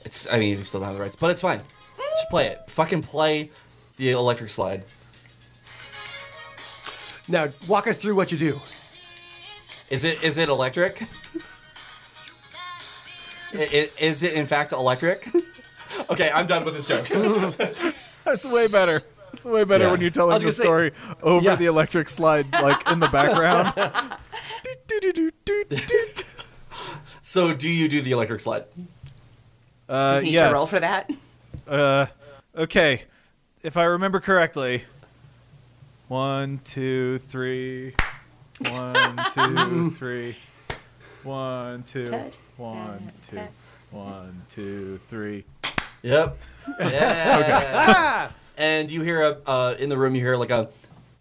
It's. I mean, we still don't have the rights, but it's fine. Just play it. Fucking play the electric slide.
Now, walk us through what you do.
Is it? Is it electric? I- i- is it in fact electric? Okay, I'm done with this joke.
That's way better. It's way better
Yeah.
when you're
I
telling
was
the
gonna
story
say-
over
Yeah.
the electric slide, like in the background.
So, do you do the electric slide?
Uh,
Does he need to roll
yes.
for that?
Okay, if I remember correctly, one, two, three, one, two, three, one, two,
Ted.
one, two,
Ted.
one, two, three.
Yep. Yeah. and you hear a uh, in the room. You hear like a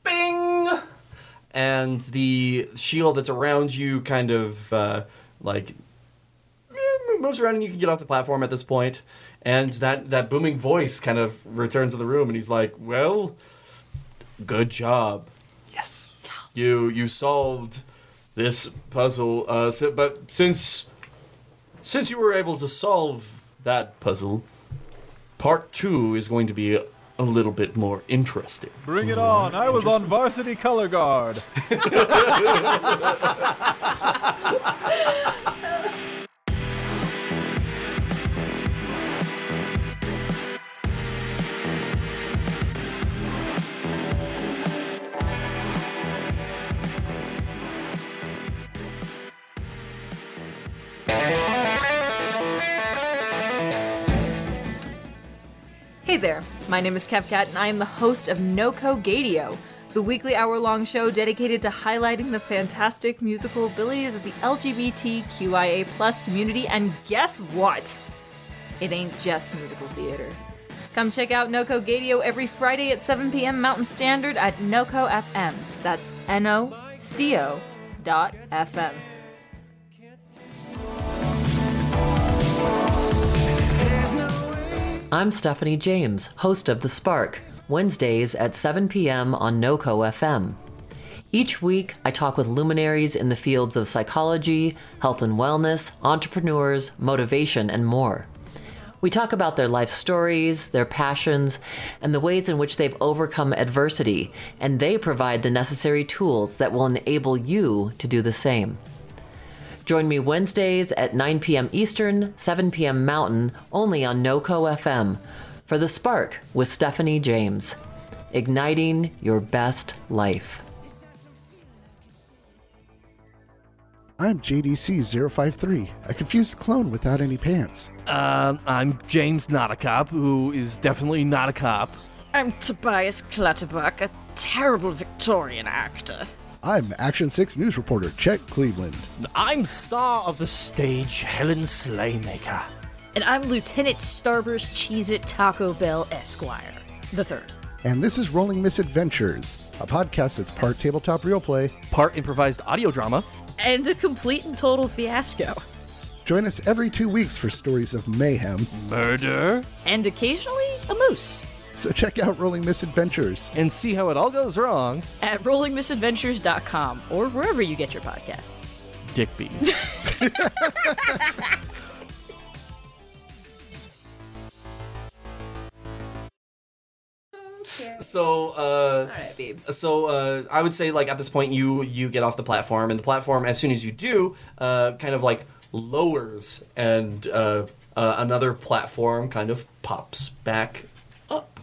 bing, and the shield that's around you kind of uh, like eh, moves around, and you can get off the platform at this point. And that that booming voice kind of returns to the room, and he's like, "Well, good job. Yes, you you solved this puzzle. Uh, si- but since since you were able to solve that puzzle." part two is going to be a, a little bit more interesting.
Bring it on! I was on varsity color guard.
Hey there, my name is Kevcat, and I am the host of NoCo Gadio, the weekly hour long show dedicated to highlighting the fantastic musical abilities of the LGBTQIA community. And guess what? It ain't just musical theater. Come check out NoCo Gadio every Friday at 7 p.m. Mountain Standard at NoCo FM. That's N O C O dot FM.
I'm Stephanie James, host of The Spark, Wednesdays at 7 p.m. on NoCo FM. Each week, I talk with luminaries in the fields of psychology, health and wellness, entrepreneurs, motivation, and more. We talk about their life stories, their passions, and the ways in which they've overcome adversity, and they provide the necessary tools that will enable you to do the same. Join me Wednesdays at 9 p.m. Eastern, 7 p.m. Mountain, only on NoCo FM for The Spark with Stephanie James, igniting your best life.
I'm JDC053, a confused clone without any pants.
Um, I'm James, not a cop, who is definitely not a cop.
I'm Tobias Clutterbuck, a terrible Victorian actor.
I'm Action 6 news reporter Chet Cleveland.
I'm star of the stage, Helen Slaymaker.
And I'm Lieutenant Starburst Cheez It Taco Bell Esquire, the third.
And this is Rolling Misadventures, a podcast that's part tabletop real play,
part improvised audio drama,
and a complete and total fiasco.
Join us every two weeks for stories of mayhem,
murder,
and occasionally a moose.
So check out Rolling Misadventures
and see how it all goes wrong
at rollingmisadventures.com or wherever you get your podcasts.
Dick bees.
So, uh,
All right, babes.
so uh, I would say like at this point you you get off the platform, and the platform as soon as you do, uh, kind of like lowers, and uh, uh, another platform kind of pops back up.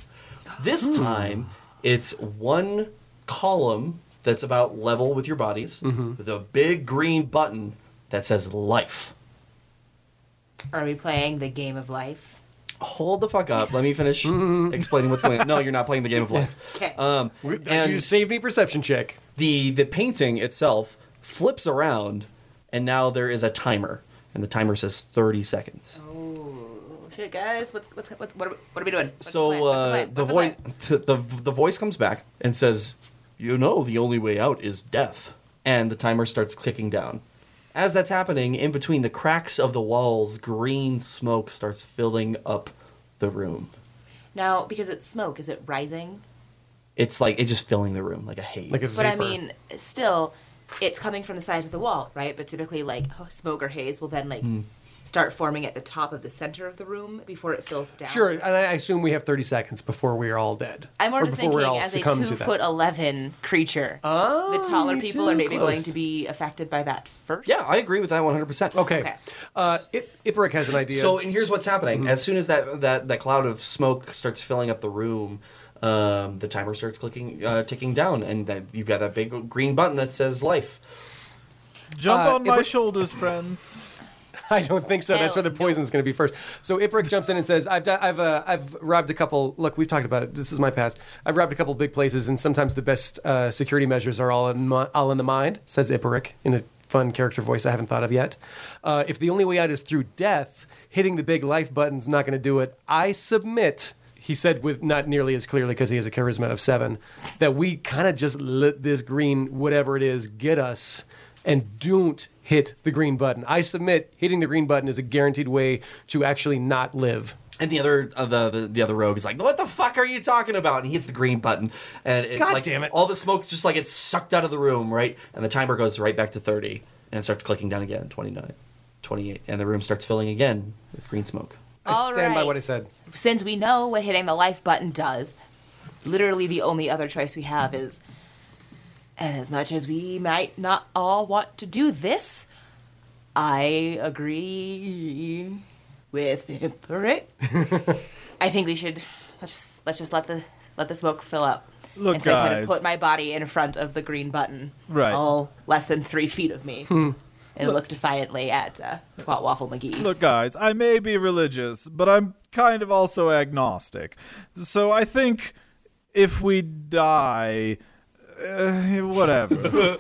This time it's one column that's about level with your bodies, with a big green button that says life.
Are we playing the game of life?
Hold the fuck up. Let me finish explaining what's going on. No, you're not playing the game of life.
Okay.
Um,
you saved me perception check.
the the painting itself flips around and now there is a timer and the timer says 30 seconds
Oh, shit, guys. What's, what's, what's, what, are we, what are we doing? What's plan?
so
What's
uh,
plan?
the
What's
voice
plan?
the, the the voice comes back and says you know the only way out is death and the timer starts clicking down as that's happening in between the cracks of the walls green smoke starts filling up the room
Now, because it's smoke, is it rising?
it's like it's just filling the room like a haze
Like a
But I
vapor.
mean, still, it's coming from the sides of the wall, right? But typically, like h- smoke or haze will then like
Hmm.
start forming at the top of the center of the room before it fills down.
Sure, and I assume we have 30 seconds before we are all dead.
I'm more
Or
just
before we
thinking
all
as a
succumb to
two
that. Oh,
foot eleven creature, the taller people
too
are maybe going
close.
to be affected by that first.
yeah i agree with that 100%
Okay.
Okay.
Uh, it, Ibrick has an idea.
So, and here's what's happening. As soon as that, that that cloud of smoke starts filling up the room, um, the timer starts clicking, uh, ticking down, and that you've got that big green button that says life.
Jump
Uh,
on
it
my
wa-
shoulders, friends.
I don't think so. That's where the poison's going to be first. So Iprick jumps in and says, "I've di- I've uh, I've robbed a couple. Look, we've talked about it. This is my past. I've robbed a couple big places, and sometimes the best uh, security measures are all in mi- all in the mind." Says Iprick in a fun character voice I haven't thought of yet. Uh, if the only way out is through death, hitting the big life button's not going to do it. I submit. He said with not nearly as clearly because he has a charisma of seven that we kind of just let this green whatever it is get us and don't hit the green button. I submit hitting the green button is a guaranteed way to actually not live.
And the other uh, the, the the other rogue is like, "What the fuck are you talking about?" And he hits the green button, and it,
God
like,
damn it.
all the smoke just like gets sucked out of the room, right? And the timer goes right back to thirty, and it starts clicking down again, 29, 28, and the room starts filling again with green smoke.
I
All
stand by
right.
what I said.
Since we know what hitting the life button does, literally the only other choice we have is. And as much as we might not all want to do this, I agree with Prick. I think we should let's just, let's just let the let the smoke fill up.
Look,
and so I could have
guys.
put my body in front of the green button,
Right.
all less than three feet of me. and look defiantly at uh, Twat Waffle McGee.
Look, guys, I may be religious, but I'm kind of also agnostic. So I think if we die, uh, whatever.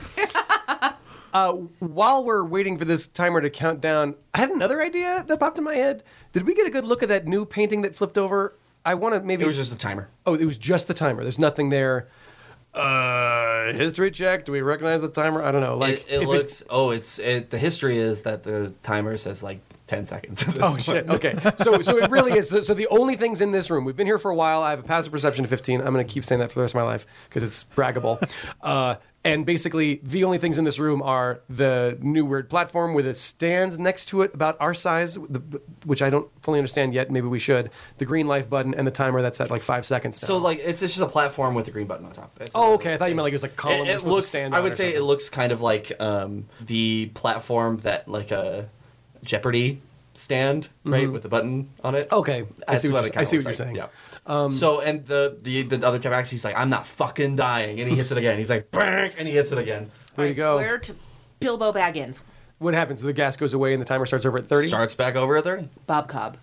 Uh, while we're waiting for this timer to count down, I had another idea that popped in my head. Did we get a good look at that new painting that flipped over? I want to maybe.
It was just the timer.
Oh, it was just the timer. There's nothing there. Uh, history check. Do we recognize the timer? I don't know. Like
it,
if
it looks. oh, it's it, the history is that the timer says like ten seconds. at this
Oh
point.
shit. Okay. So so it really is. So, so the only things in this room. We've been here for a while. I have a passive perception of 15. I'm going to keep saying that for the rest of my life because it's braggable. uh, and basically, the only things in this room are the new weird platform with it stands next to it about our size, the, which I don't fully understand yet. Maybe we should. The green life button and the timer that's at like five seconds. Now.
So like it's, it's just a platform with a green button on top. It's
oh, okay. I thought you meant like it was a column.
It,
we're
it
supposed to
looks.
stand
I
on
would
or
say it
something.
looks kind of like um, the platform that like a Jeopardy stand, right,
Mhm.
with a button on it.
Okay, I
That's
see what,
it
you,
kinda
I see what
looks
you're
like,
saying. Um,
Yeah. so and the the the other Japax, he's like, I'm not fucking dying, and he hits it again. He's like, Bang, and he hits it again.
There you go.
Swear to Bilbo Baggins,
What happens? The gas goes away and the timer starts over at 30.
Starts back over at 30.
Bob Cobb,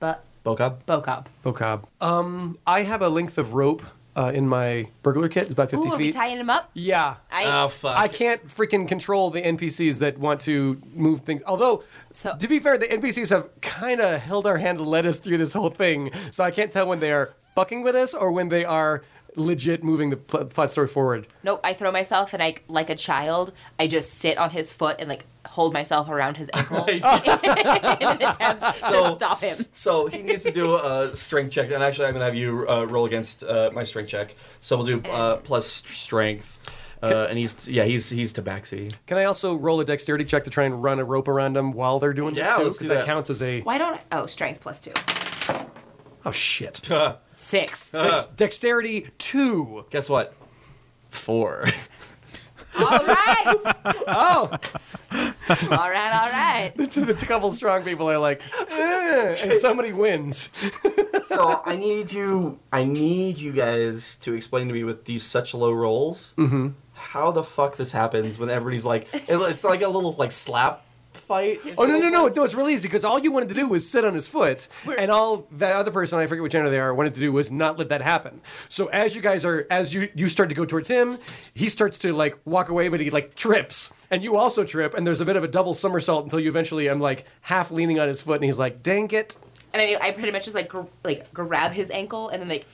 but
Bocob.
Bocob.
Bocob. Um, I have a length of rope uh, in my burglar kit. It's about 50
Ooh, are
feet.
we tying him up?
yeah.
I- Oh,
fuck.
I can't freaking control the NPCs that want to move things. Although, to be fair, the NPCs have kind of held our hand and led us through this whole thing. So I can't tell when they are fucking with us or when they are legit moving the pl- plot story forward.
Nope, I throw myself and I, like a child, I just sit on his foot and like hold myself around his ankle in an attempt
So-
to stop him.
So he needs to do a strength check, and actually, I'm gonna have you uh, roll against uh, my strength check. So we'll do uh, plus strength, uh, and he's yeah, he's he's Tabaxi.
Can I also roll a dexterity check to try and run a rope around them while they're doing
Yeah,
this too?
let's do
that
that.
counts as a.
Why don't I? Oh, strength plus two.
Oh, shit.
Six.
Dex- dexterity two.
Guess what? Four.
All right.
Oh,
All right, all right.
to the couple strong people are like, "Eh," and somebody wins.
so I need you, I need you guys to explain to me with these such low rolls how the fuck this happens when everybody's like, it- it's like a little like slap fight.
Oh no no no! No, it's really easy because all you wanted to do was sit on his foot, and all that other person I forget which gender they are wanted to do was not let that happen. So as you guys are, as you you start to go towards him, he starts to like walk away, but he like trips, and you also trip, and there's a bit of a double somersault until you eventually am like half leaning on his foot, and he's like, "Dang it!"
And I mean, I pretty much just like gr- like grab his ankle and then like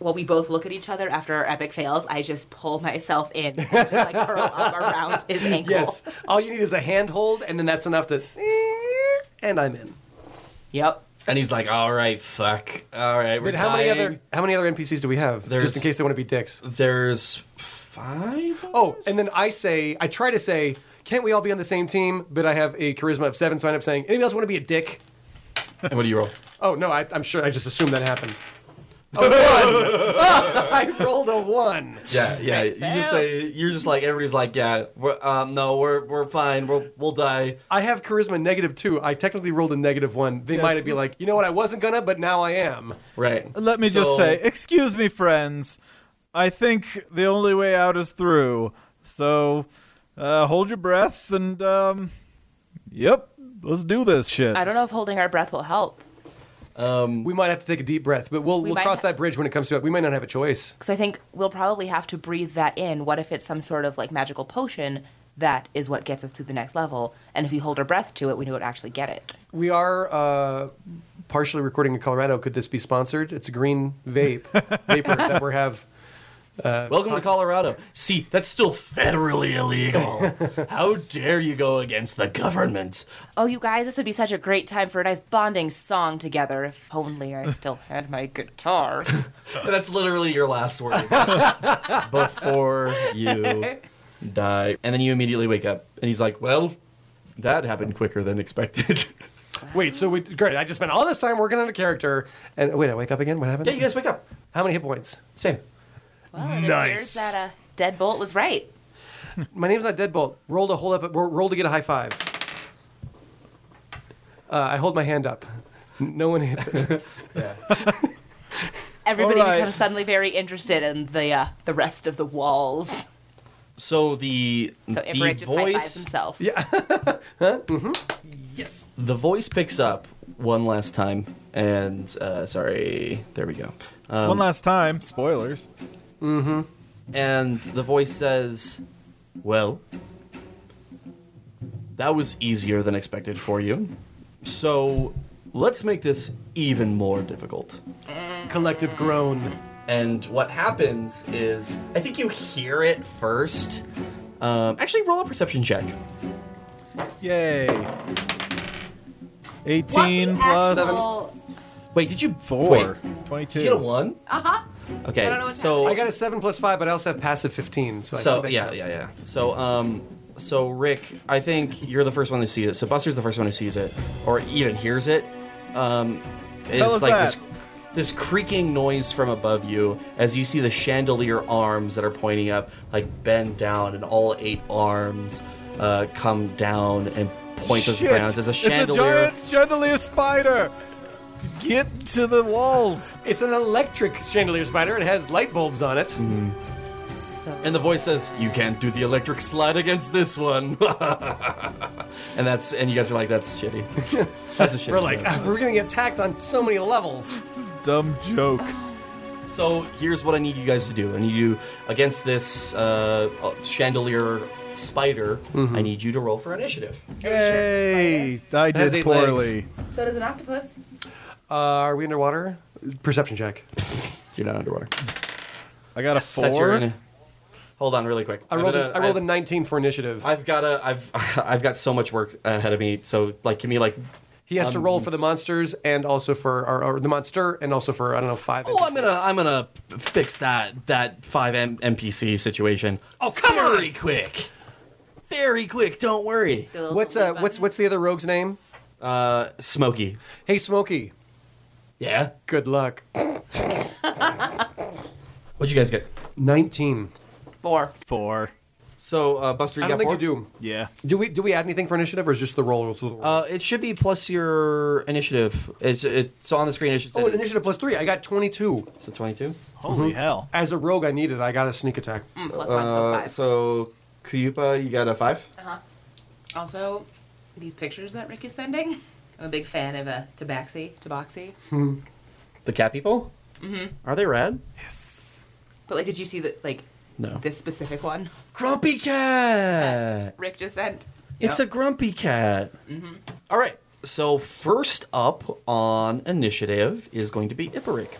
while we both look at each other after our epic fails, I just pull myself in, and just like curl up around his ankle.
Yes, all you need is a handhold, and then that's enough to, "Eh," and I'm in.
Yep.
And he's like, all right, fuck, all right. We're
But how many
dying."
other how many other NPCs do we have?
There's-
just in case they want to be dicks.
There's five.
Oh, and then I say I try to say, can't we all be on the same team? But I have a charisma of seven, so I end up saying, anybody else want to be a dick?
And what do you roll?
Oh no, I, I'm sure. I just assumed that happened. A one. I rolled a one.
Yeah, yeah. You just say you're just like everybody's like, yeah, we're, um, no, we're we're fine. We'll we'll die.
I have charisma negative two. I technically rolled a negative one. They
Yes.
might be like, you know what? I wasn't gonna, but now I am.
Right.
Let me just
So-
say, excuse me, friends. I think the only way out is through. So uh, hold your breaths and, um, yep, let's do this shit.
I don't know if holding our breath will help
we might have to take a deep breath, but we'll
We
we'll
might
cross
ha-
that bridge when it comes to it. We might not have a choice.
because I think we'll probably have to breathe that in. What if it's some sort of like magical potion that is what gets us to the next level? And if we hold our breath to it, we don't actually get it.
We are uh, partially recording in Colorado. Could this be sponsored? It's a green vape vapor that we have. Uh,
Welcome to Colorado. See, that's still federally illegal. How dare you go against the government?
Oh, you guys, this would be such a great time for a nice bonding song together. If only I still had my guitar.
That's literally your last word before you die. And then you immediately wake up, and he's like, well, that happened quicker than expected.
Wait, so we great. I just spent all this time working on a character, and wait, I wake up again. What happened?
yeah, you guys wake up.
How many hit points?
Same.
Well, it
Nice.
appears that uh, Deadbolt was right.
My name's not Deadbolt. Roll to hold up. ro- Roll to get a high five. Uh, I hold my hand up. N- No one hits it.
Everybody
All right.
becomes suddenly very interested in the uh, the rest of the walls.
So the
So
the
Everett just high fives
voice
himself.
Yeah. Yes. The voice picks up one last time, and uh, sorry, there we go. Um,
One last time, spoilers.
Mm-hmm. And the voice says, "Well, that was easier than expected for you. So let's make this even more difficult."
Collective groan.
And what happens is, I think you hear it first. Um, actually, roll a perception check.
Yay. 18 plus
Wait, did you
four?
wait,
22.
Did you get a one?
Uh huh.
Okay,
I don't know what's
so
I got a seven plus five, but I also have passive fifteen. So, I
so
think that
yeah,
counts.
yeah, yeah. So um, so Rick, I think you're the first one to see it. So Buster's the first one who sees it, or even hears it. Um,
hell
it's
is
like
that?
this this creaking noise from above you as you see the chandelier arms that are pointing up, like bend down, and all eight arms uh, come down and point those
Shit.
grounds as a chandelier.
giant chandelier spider. Get to the walls.
It's an electric chandelier spider. It has light bulbs on it.
Mm-hmm. And the voice says, "You can't do the electric slide against this one." and that's and you guys are like, "That's shitty. that's a shitty."
We're like,
joke."
"Ah, we're getting attacked on so many levels.
Dumb joke.
So here's what I need you guys to do. I need you against this uh, chandelier spider.
Mm-hmm.
I need you to roll for initiative.
Yay! I
It has
did
eight
poorly.
legs.
So does an octopus.
Uh, are we underwater? Perception check.
You're not underwater.
I got a
That's your
Four?
ini- Hold on, really quick.
I rolled. a, I rolled a nineteen for initiative.
I've got a. I've. I've got so much work ahead of me. So like, give me like.
He has to
um,
roll for the monsters and also for or, or the monster and also for I don't know five.
Oh, I'm gonna. I'm gonna fix that. That five M- NPC situation. Oh, come on! Very quick. Very quick. Don't worry.
What's uh, what's what's the other rogue's name?
Uh, Smokey.
Hey, Smokey.
Yeah.
Good luck.
What'd you guys get?
Nineteen.
Four.
Four.
So uh, Buster, you
I don't
got
think
four?
you do.
Yeah.
Do we do we add anything for initiative or is just the roll? rules of the roll?
Uh, it should be plus your initiative. It's it's on the screen. It should say
Oh, initiative plus three. I got twenty-two.
So twenty-two.
Holy hell!
As a rogue, I needed. I got a sneak attack.
Mm, plus one, so
Uh,
five.
So Kuyupa, you got a five.
Uh-huh. Also, these pictures that Rick is sending, I'm a big fan of a tabaxi, tabaxi.
The cat people
Mm-hmm.
are they rad?
But like, did you see the like
No.
this specific one
Grumpy cat.
Rick just sent?
It's a grumpy cat.
Mm-hmm.
All right. So first up on initiative is going to be Iparic.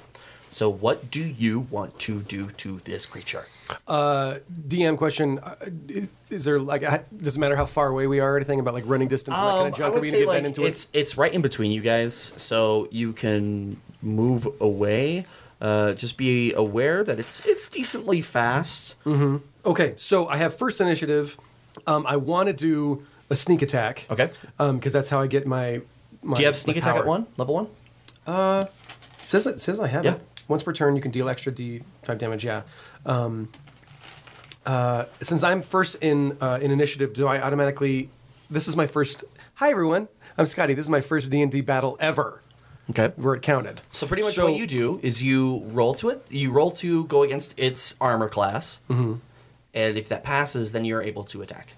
So what do you want to do to this creature?
Uh, DM question: uh, Is there like uh, does it matter how far away we are or anything about like running distance and that kind
Um,
of junk?
I
Are
would
we
say,
gonna get
like,
that into
it's it's right in between you guys, so you can move away. Uh, just be aware that it's it's decently fast.
it? Mm-hmm. Okay, so I have first initiative. Um, I want to do a sneak attack.
Okay,
because that's how I get my. my
do you have sneak attack at one level one?
Uh, says it says I have it. Once per turn, you can deal extra d5 damage. Yeah. Um, uh, since I'm first in uh, in initiative, do I automatically? This is my first. Hi everyone, I'm Scotty. This is my first D and D battle ever.
Okay,
where it counted.
So pretty much
So-
what you do is you roll to it. You roll to go against its armor class,
Mhm.
and if that passes, then you're able to attack.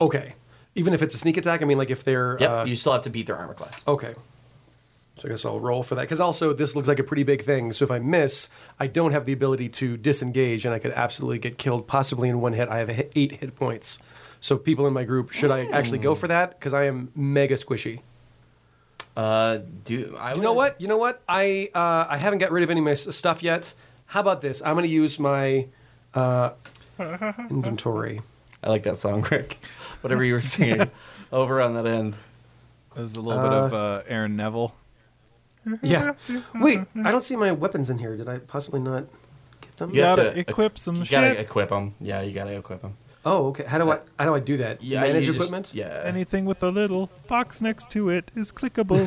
Okay. Even if it's a sneak attack, I mean, like if they're
Yep,
uh,
you still have to beat their armor class.
okay. So I guess I'll roll for that because also this looks like a pretty big thing. So if I miss, I don't have the ability to disengage, and I could absolutely get killed, possibly in one hit. I have hi- eight hit points. So people in my group, should I actually
Hmm.
go for that? Because I am mega squishy.
Uh, do I?
You know what? You know what? I uh, I haven't got rid of any of my s- stuff yet. How about this? I'm going to use my uh, inventory.
I like that song, Rick. Whatever you were singing over on that end.
There's a little bit of uh, Aaron Neville.
Yeah. Wait, I don't see my weapons in here. Did I possibly not get them?
You have to equ- You gotta equip them. Yeah, you gotta equip them.
Oh, okay. How do I how do I do that?
Yeah,
Manage
you just-
equipment?
yeah.
Anything with a little box next to it is clickable.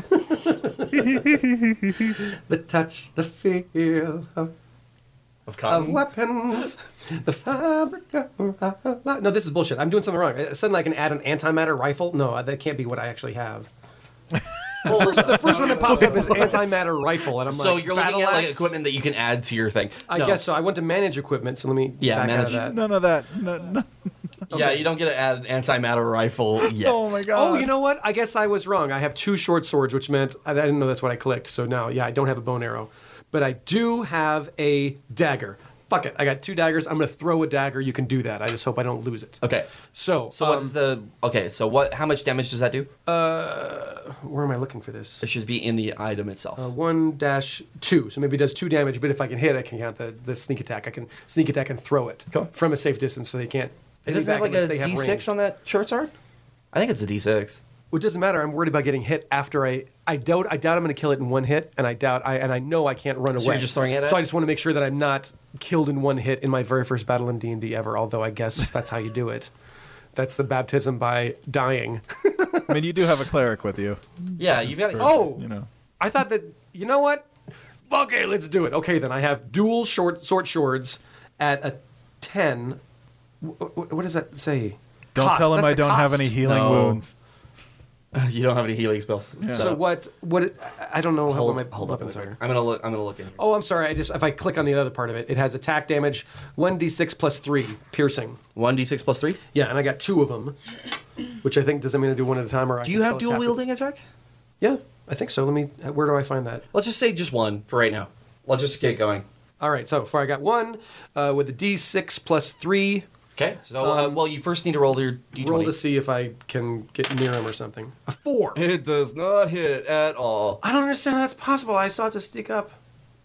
the touch, the feel of,
of,
weapons, the fabric. Of, no, this is uh, bullshit. I'm doing something wrong. Uh, Suddenly I can add an antimatter rifle. No, that can't be what I actually have. Well, first- the first one that pops up is antimatter rifle, and I'm
so
like,
you're looking
battle
at like
axe?
equipment that you can add to your thing.
I
No.
guess so. I want to manage equipment, so let me
Yeah,
back
manage-
out of that.
None of that. No, no.
Yeah, you don't get to add an antimatter rifle yet.
Oh,
Uh,
you know what? I guess I was wrong. I have two short swords, which meant I I didn't know that's what I clicked. So now, yeah, I don't have a bone arrow, but I do have a dagger. Fuck it. I got two daggers. I'm going to throw a dagger. You can do that. I just hope I don't lose it.
Okay.
So um,
So what's the okay? So what? How much damage does that do?
Uh, where am I looking for this?
It should be in the item itself.
Uh, one dash two, so maybe it does two damage. But if I can hit, I can count the, the sneak attack. I can sneak attack and throw it from a safe distance, so they can't.
It
hit me
doesn't have
back
like
unless
a
they have
D6
range.
on that short sword. I think it's a D6.
Well, it doesn't matter. I'm worried about getting hit after I. I doubt. I doubt I'm going to kill it in one hit, and I doubt. I and I know I can't run away.
So you're just throwing it at
So
it?
I just want to make sure that I'm not killed in one hit in my very first battle in D and D ever. Although I guess that's how you do it. That's the baptism by dying.
I mean, you do have a cleric with you.
Yeah,
Just
you got-
for,
oh!
you know.
I thought that you know what? Okay, let's do it. Okay, then I have dual short short swords at a ten. Wh- wh- what does that say?
Don't
Cost.
tell him
That's
I
the
don't have
cost.
any healing wounds.
You don't have any healing spells.
So what? What? I- I don't know how
Hold,
my
hold up. a
weapons are.
second. I'm gonna look. I'm gonna look in.
Oh, I'm sorry. I just if I click on the other part of it, it has attack damage, one d6 plus three piercing.
One d6 plus three.
Yeah, and I got two of them, which I think does that mean I do one at a time or I
Do
can
you have
still
dual
attack with-
wielding attack?
Yeah, I think so. Let me. uh, Where do I find that?
Let's just say just one for right now. Let's just get going.
All right, so far I got one uh, with a d6 plus three.
Okay, so uh, well, you first need to roll your d20.
Um, roll to see if I can get near him or something. A four.
It does not hit at all.
I don't understand how that's possible. I saw it just stick up.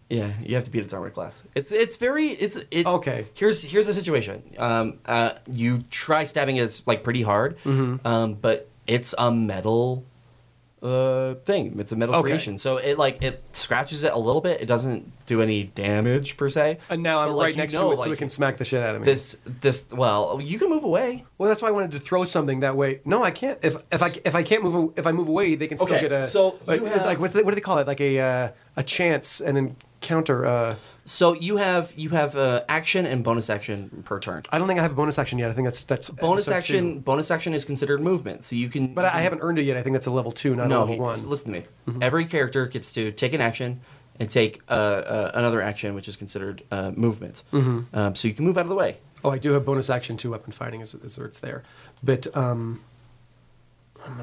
Yeah, you have to beat its armor class. It's it's very it's it.
Okay.
Here's here's the situation. Um, uh, you try stabbing it like pretty hard,
Mhm.
um, but it's a metal, uh, thing. It's a metal
Okay.
creation, so it like it scratches it a little bit. It doesn't do any damage per se.
And now I'm
But, like,
right
you
next
know,
to it, so
like,
it can smack the shit out of me.
This this well, you can move away.
Well, that's why I wanted to throw something that way. No, I can't. If if I if I can't move a- if I move away, they can still
Okay,
get a
so
like,
you have-
like what, do they, what do they call it? Like a uh, a chance an encounter. Uh,
So you have you have uh, action and bonus action per turn.
I don't think I have a bonus action yet. I think that's that's
Bonus
episode
action
two.
bonus action is considered movement, so you can.
But I, I haven't earned it yet. I think that's a level two, not a
no,
level
he-
one.
Listen to me.
Mm-hmm.
Every character gets to take an action and take uh, uh, another action, which is considered uh, movement.
Mhm.
Um, so you can move out of the way.
Oh, I do have bonus action two weapon fighting, is, is where it's there. But um,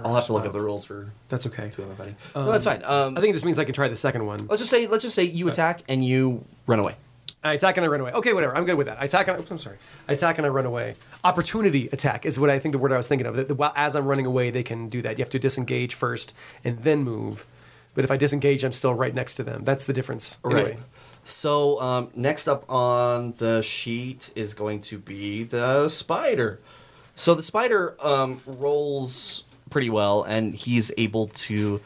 I'll have to look up the rules for.
That's okay.
Two weapon fighting. no, that's fine. Um,
I think it just means I can try the second one.
Let's just say let's just say you attack and you run away.
I attack and I run away. Okay, whatever. I'm good with that. I attack and oops, I'm sorry. I attack and I run away. Opportunity attack is what I think the word I was thinking of. That, that while as I'm running away, they can do that. You have to disengage first and then move. But if I disengage, I'm still right next to them. That's the difference. Anyway,
So um, next up on the sheet is going to be the spider. So the spider um, rolls pretty well, and he's able to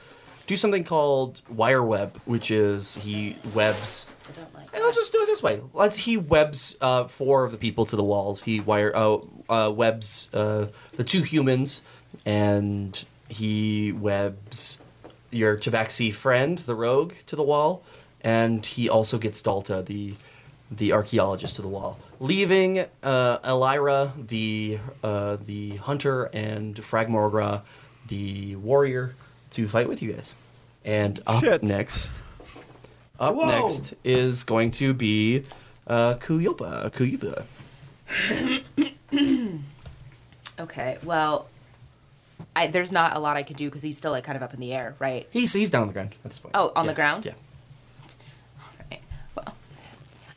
do something called wire web, which is he webs. I don't like. And let's just do it this way. Let's he webs uh, four of the people to the walls. He wire uh, uh, webs uh, the two humans, and he webs your Tabaxi friend, the rogue, to the wall, and he also gets Dalta, the the archaeologist, to the wall, leaving uh, Elira, the uh, the hunter, and Fragmorgra, the warrior, to fight with you guys. And up
Shit.
next, up
Whoa.
next is going to be uh, Kuyuba. Kuyuba.
Okay, well, I, there's not a lot I can do because he's still like kind of up in the air, right?
He's he's down on the ground at this point.
Oh, on the
Yeah,
ground?
Yeah.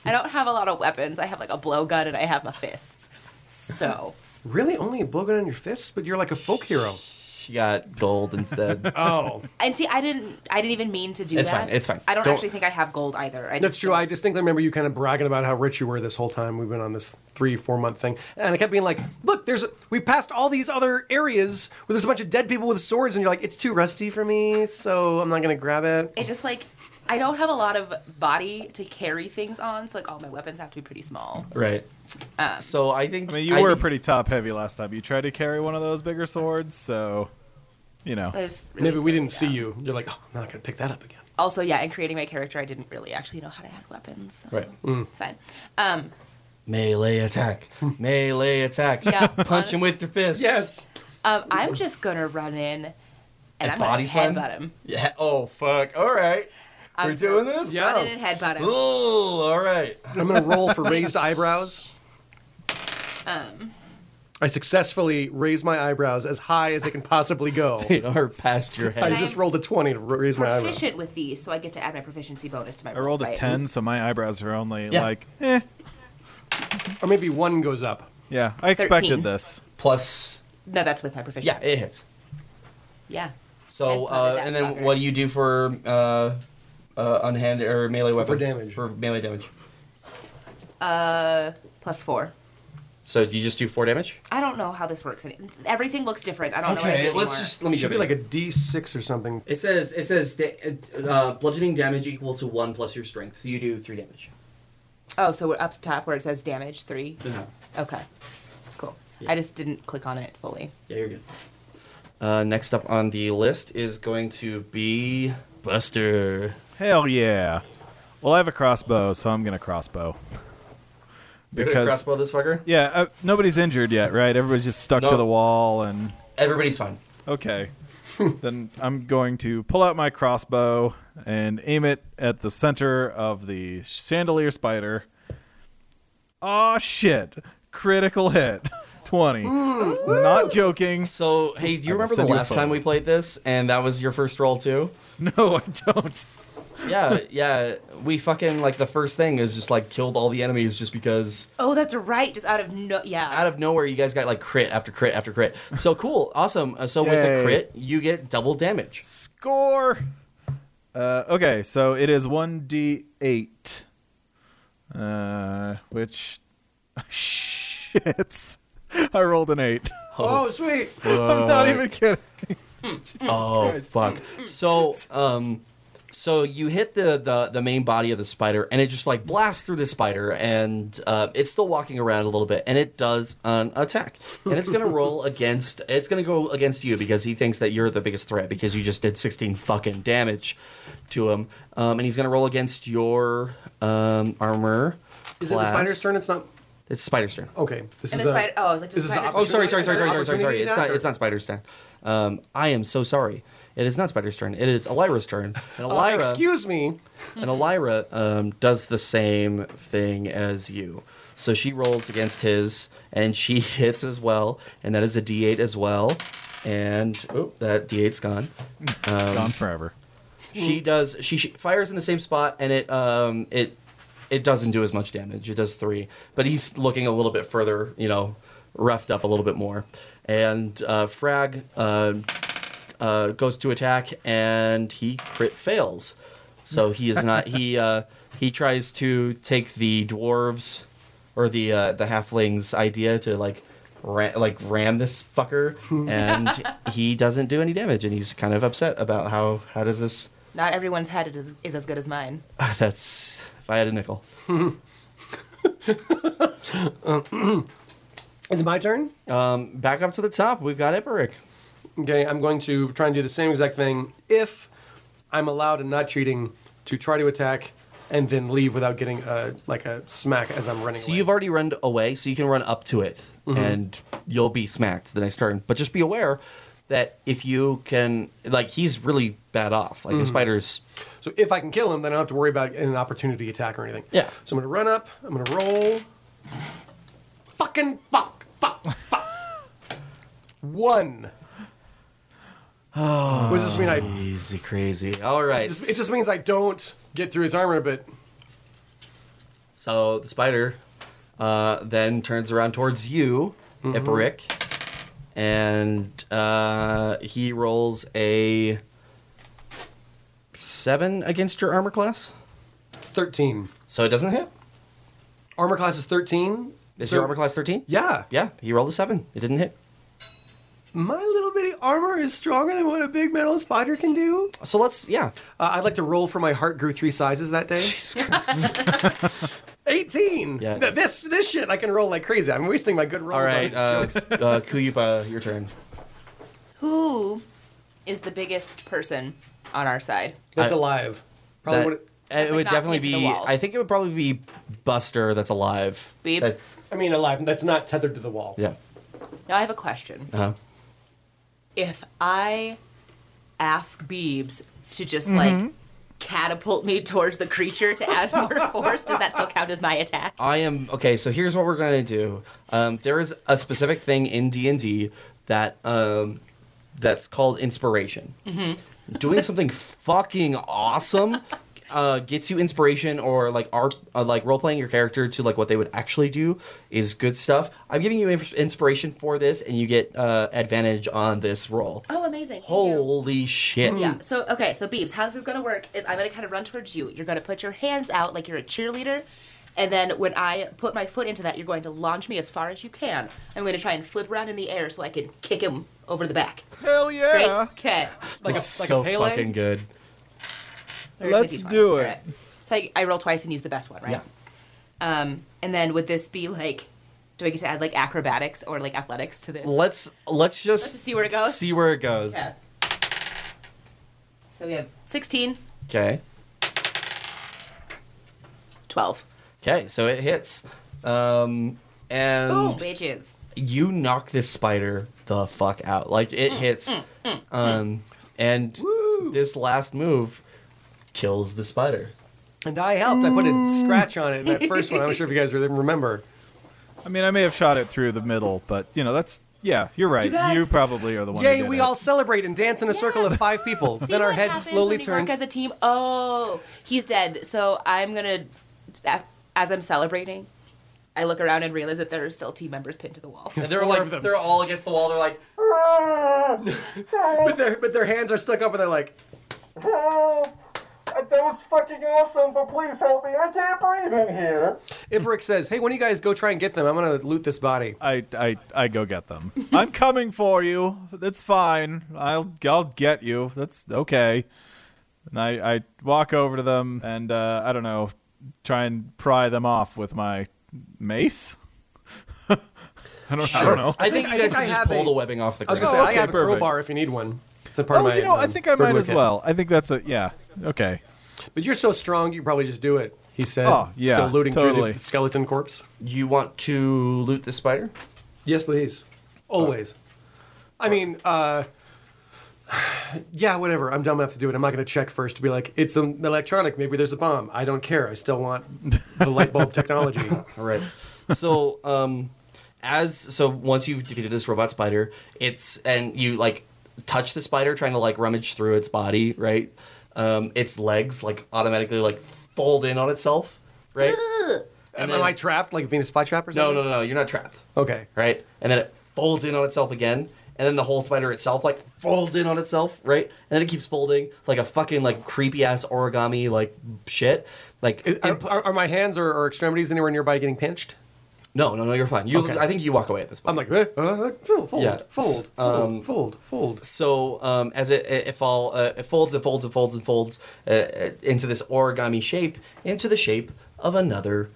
I don't have a lot of weapons. I have like a blowgun and I have my fists. So,
really, only a blowgun on your fists, but you're like a folk hero.
She got gold instead.
oh,
and see, I didn't, I didn't even mean to do
It's
that.
fine, it's fine.
I don't,
Don't-
actually think I have gold either. I
That's
just
true. I distinctly remember you kind of bragging about how rich you were this whole time. We've been on this three, four month thing, and I kept being like, "Look, there's we passed all these other areas where there's a bunch of dead people with swords," and you're like, "It's too rusty for me, so I'm not gonna grab it."
It just like I don't have a lot of body to carry things on, so like all my weapons have to be pretty small.
Right.
Um,
so I think
I mean, you
I
were
think-
pretty top heavy last time. You tried to carry one of those bigger swords, so you know.
Maybe we didn't see you. You're like, "Oh, I'm not gonna pick that up again."
Also, yeah, in creating my character, I didn't really actually know how to add weapons. so
Right.
It's fine. Um,
Melee attack. Melee attack.
Yeah,
Punch him with your fist. Yes.
um, I'm just gonna run in and
A
I'm gonna
body slam?
headbutt him.
Yeah. Oh fuck. All right.
I'm
We're doing this.
running and headbutt him.
Oh, all right.
I'm going to roll for raised eyebrows.
Um,
I successfully raise my eyebrows as high as they can possibly go.
They are past your
head.
I just rolled a 20 to ra- raise my eyebrows.
proficient with these, so I get to add my proficiency bonus to my
I rolled a
right?
10, so my eyebrows are only
Yeah.
like, eh,
Or maybe one goes up.
yeah, I expected
13.
this.
Plus.
No, that's with my proficiency.
Yeah, it hits.
Yeah.
So, uh, and then what do you do for uh, uh, unhanded or melee weapon? For damage. For melee damage.
Uh, plus four.
So you just do four damage?
I don't know how this works. any- Everything looks different. I don't know. What I did anymore.
Should be like a D6 or something.
It says it says da- uh, bludgeoning damage equal to one plus your strength. So you do three damage.
Oh, so we're up top where it says damage 3
Mhm.
Okay, cool. I just didn't click on it fully.
Yeah, you're good. Uh, next up on the list is going to be Buster.
Hell yeah. Well, I have a crossbow, so I'm going to crossbow.
You're gonna crossbow this fucker?
Yeah, uh, nobody's injured yet, right? Everybody's just stuck
No.
to the wall and.
Everybody's fine.
Okay. then I'm going to pull out my crossbow and aim it at the center of the chandelier spider. Aw, shit. Critical hit. 20. Not joking.
So, hey, Do you remember the last time we played this, and that was your first roll too?
No, I don't.
yeah, yeah. We fucking like the first thing is just like killed all the enemies just because
Oh, that's right. Just out of no. Yeah.
out of nowhere you guys got like crit after crit after crit. So cool, awesome. Uh, so with a
Yay.
crit, you get double damage.
Score. Uh, okay, so it is 1d8. Uh, which. Shit. I rolled an 8.
Oh, sweet.
I'm not even kidding.
Oh fuck. So um so you hit the, the the main body of the spider and it just like blasts through the spider and uh, it's still walking around a little bit and it does an attack. And it's gonna roll against it's gonna go against you because he thinks that you're the biggest threat because you just did sixteen fucking damage to him. Um, and he's gonna roll against your um, armor.
Is it the
class.
spider's turn? It's not.
It's spider's turn.
Okay. This
And
is
the
a-
spider- oh, I was like,
this
the
is a
spider-
Oh, sorry, sorry, sorry, sorry, sorry, sorry, sorry.
Opportunity
It's not,
attack,
it's not Spider's turn. Um, I am so sorry. It is not Spider's turn. It is Elira's turn. And
Oh,
Elira,
excuse me.
And Elira um, does the same thing as you. So she rolls against his, and she hits as well, and that is a D8 as well. And oh, that D8's gone. Um,
Gone forever.
She does. She, she fires in the same spot, and it um it it doesn't do as much damage. It does three, but he's looking a little bit further. You know, roughed up a little bit more. And uh, Frag uh, uh, goes to attack, and he crit fails. So he is not. he uh, he tries to take the dwarves or the uh, the halflings idea to like. Ra- like ram this fucker and he doesn't do any damage and he's kind of upset about how how does this
Not everyone's head is, is as good as mine.
that's if i had a nickel
Is it my turn?
Um, back up to the top. We've got Iperic.
Okay, I'm going to try and do the same exact thing if I'm allowed and not cheating to try to attack and then leave without getting a, like a smack as I'm running.
so you've already run away so you can run up to it
Mhm.
and you'll be smacked the next turn but just be aware that if you can like he's really bad off like the
Mhm.
spider's
So if I can kill him, then I don't have to worry about an opportunity attack or anything. Yeah. So I'm going to run up. I'm going to roll. Fucking fuck, fuck, fuck. One.
oh
What does this mean? I
crazy crazy all right
It just, it just means I don't get through his armor, but
so the spider uh, then turns around towards you
Mhm.
Iperic, and uh, he rolls a seven against your armor class
13
so it doesn't hit
armor class is 13.
Is
So-
your armor class 13?
Yeah.
Yeah, he rolled a 7. It didn't hit.
My little bitty armor is stronger than what a big metal spider can do.
So let's, yeah.
Uh, I'd like to roll for my heart grew three sizes that day. 18!
Yeah.
Th- This, this shit I can roll like crazy. I'm wasting my good rolls.
All right,
on
uh,
jokes.
uh, Kuyupa, your turn.
Who is the biggest person on our side?
That's
I-
alive. Probably
That-
would-
it would
not
definitely
hit to the
be,
wall.
I think it would probably be Buster that's alive.
Beeps.
That-
I mean, alive. That's not tethered to the wall.
yeah.
Now I have a question.
Uh-huh.
If I ask Beebs to just like
Mhm.
catapult me towards the creature to add more force? Does that still count as my attack?
I am okay. So here's what we're gonna do. Um, there is a specific thing in D and D that um, that's called inspiration.
Mm-hmm.
Doing something fucking awesome uh, gets you inspiration, or like art, uh, like role playing your character to like what they would actually do is good stuff. I'm giving you in- inspiration for this, and you get uh, advantage on this roll.
Oh, amazing.
Holy shit!
Yeah. So okay. So Beebs, how this is gonna work is I'm gonna kind of run towards you. You're gonna put your hands out like you're a cheerleader, and then when I put my foot into that, you're going to launch me as far as you can. I'm going to try and flip around in the air so I can kick him over the back.
Hell yeah.
Okay.
This is so fucking good.
Let's do it.
So I, I roll twice and use the best one, right? Yeah. Um, and then would this be like? Do I get to add like acrobatics or like athletics to this?
Let's let's just
Let's just see where it goes?
See where it goes.
Okay. So we have 16,
Okay.
12.
Okay, so it hits. Um, and
Boom, bitches.
you knock this spider the fuck out. Like, it hits.
mm, mm,
um, And this last move kills the spider.
And I helped. I put a scratch on it in that first one. I'm not sure if you guys remember.
I mean, I may have shot it through the middle, but you know that's yeah. You're right.
You
You,
guys-
probably are the one.
Yay,
who did
we
it.
all celebrate and dance in a circle of five people.
See
then our
what
head
happens
slowly
when we work
turns.
as a team. Oh, he's dead. So I'm gonna, as I'm celebrating, I look around and realize that there are still team members pinned to the wall.
And they're like, they're all against the wall. They're like,
but, their, but their hands are stuck up and they're like,
That was fucking awesome, but please help me. I can't breathe in here.
Ibrick says, hey, when you guys go try and get them, I'm going to loot this body.
I, I, I go get them. I'm coming for you. That's fine. I'll I'll get you. That's okay. And I, I walk over to them and uh, I don't know, try and pry them off with my mace. I don't, I don't know.
I was going to say, I have a crowbar if you need one. Oh, It's a part
oh,
of my.
you know, I
um,
think I
burglar
might as
kit.
well. I think that's a yeah. Okay.
But you're so strong, you could probably just do it. He said,
Oh, yeah,
still looting through
totally.
the skeleton corpse.
You want to loot the spider?
Yes, please.
Uh,
Always. I mean, uh, yeah, whatever. I'm dumb enough to do it. I'm not going to check first to be like, it's an electronic. Maybe there's a bomb. I don't care. I still want the light bulb technology.
All right. So, um, as so, once you've defeated this robot spider, it's and you like touch the spider, trying to like rummage through its body, right? Um, its legs like automatically like fold in on itself, right?
Am I trapped like Venus flytrap or
No,
something?
no, no, no, you're not trapped,
Okay.
right? And then it folds in on itself again, and then the whole spider itself like folds in on itself, right? And then it keeps folding like a fucking like creepy ass origami like shit. Like
Are, are- are my hands or, or extremities anywhere nearby getting pinched?
no, no, no, you're fine. You,
Okay.
I think you walk away at this point.
I'm like, eh, uh, fold, fold,
Yeah.
fold, fold,
Um,
fold, fold.
So um, as it it, it, fall, uh, it folds and folds and folds and folds uh, uh, into this origami shape, into the shape of another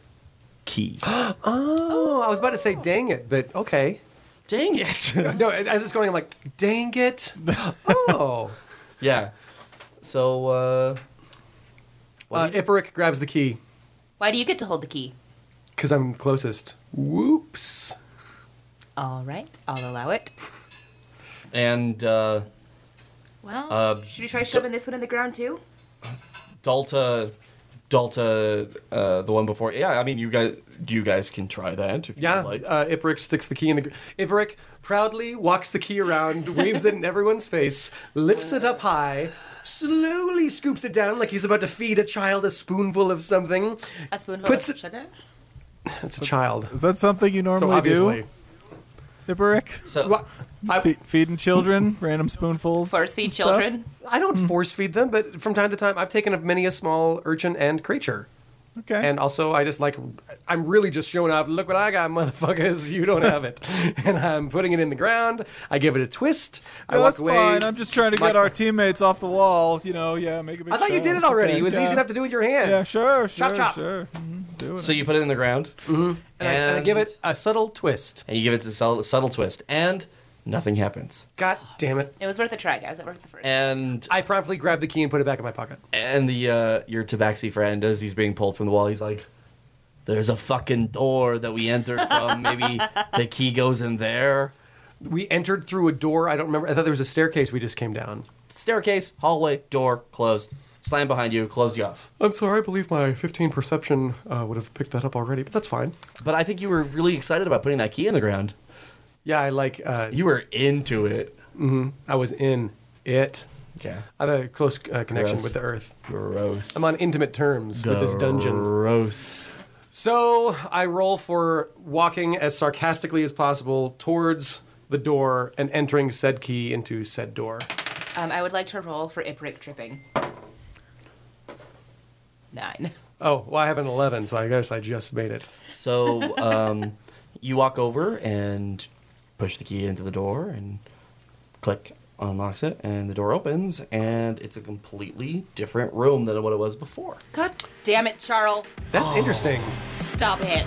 key.
Oh, I was about to say, dang it, but okay.
Dang it.
no, as it's going, I'm like, dang it. Oh.
yeah. So, uh.
Uh, Iperic grabs the key
Why do you get to hold the key?
because I'm closest. Whoops.
All right, I'll allow it.
and uh,
Well,
Uh,
should we try shoving this one in the ground too?
Delta, Delta, uh, the one before. Yeah, I mean, you guys, you guys can try that. If
Yeah,
you like.
uh, Iperic sticks the key in the. Gr- Iperic proudly walks the key around, waves it in everyone's face, lifts it up high, slowly scoops it down like he's about to feed a child a spoonful of something.
A spoonful
Puts
of
it-
sugar?
It's a child.
Is that something you normally
so obviously,
do? Iberic?
So,
Fe- feeding children random spoonfuls. and stuff?
I
Hmm.
don't force feed them, but from time to time, I've taken of many a small urchin and creature.
Okay.
And also, I just like, I'm really just showing off. Look what I got, motherfuckers! You don't have it, and I'm putting it in the ground. I give it a twist. I
No,
walk
that's
away.
fine. I'm just trying to
My-
get our teammates off the wall. You know, yeah, make a big
I thought you
show.
did it already.
Okay,
it was
yeah.
easy enough to do with your hands.
Yeah, sure, sure,
Chop, chop.
sure. Mhm, do it.
So you put it in the ground, mm-hmm.
And, I, and I give it a subtle twist.
and you give it the subtle, subtle twist, and nothing happens.
God damn it!
It was worth a try, guys. It worth the first.
And
I promptly grab the key and put it back in my pocket.
And the uh, your tabaxi friend, as he's being pulled from the wall, he's like, "There's a fucking door that we enter from. Maybe the key goes in there."
We entered through a door. I don't remember. I thought there was a staircase we just came down.
Staircase, hallway, door, closed. Slam behind you, closed you off.
I'm sorry. I believe my 15 perception uh, would have picked that up already, but that's fine.
But I think you were really excited about putting that key in the ground.
Yeah, I like. Uh,
you were into it.
hmm I was in it.
Okay.
I have a close uh, connection
Gross.
with the earth.
Gross.
I'm on intimate terms with this dungeon.
Gross.
So I roll for walking as sarcastically as possible towards the door and entering said key into said door.
Um, I would like to roll for Iprick tripping. Nine.
Oh, well, I have an 11, so I guess I just made it.
So um, you walk over and push the key into the door and click unlocks it and the door opens and it's a completely different room than what it was before.
God damn it, Charles.
That's interesting.
Stop it.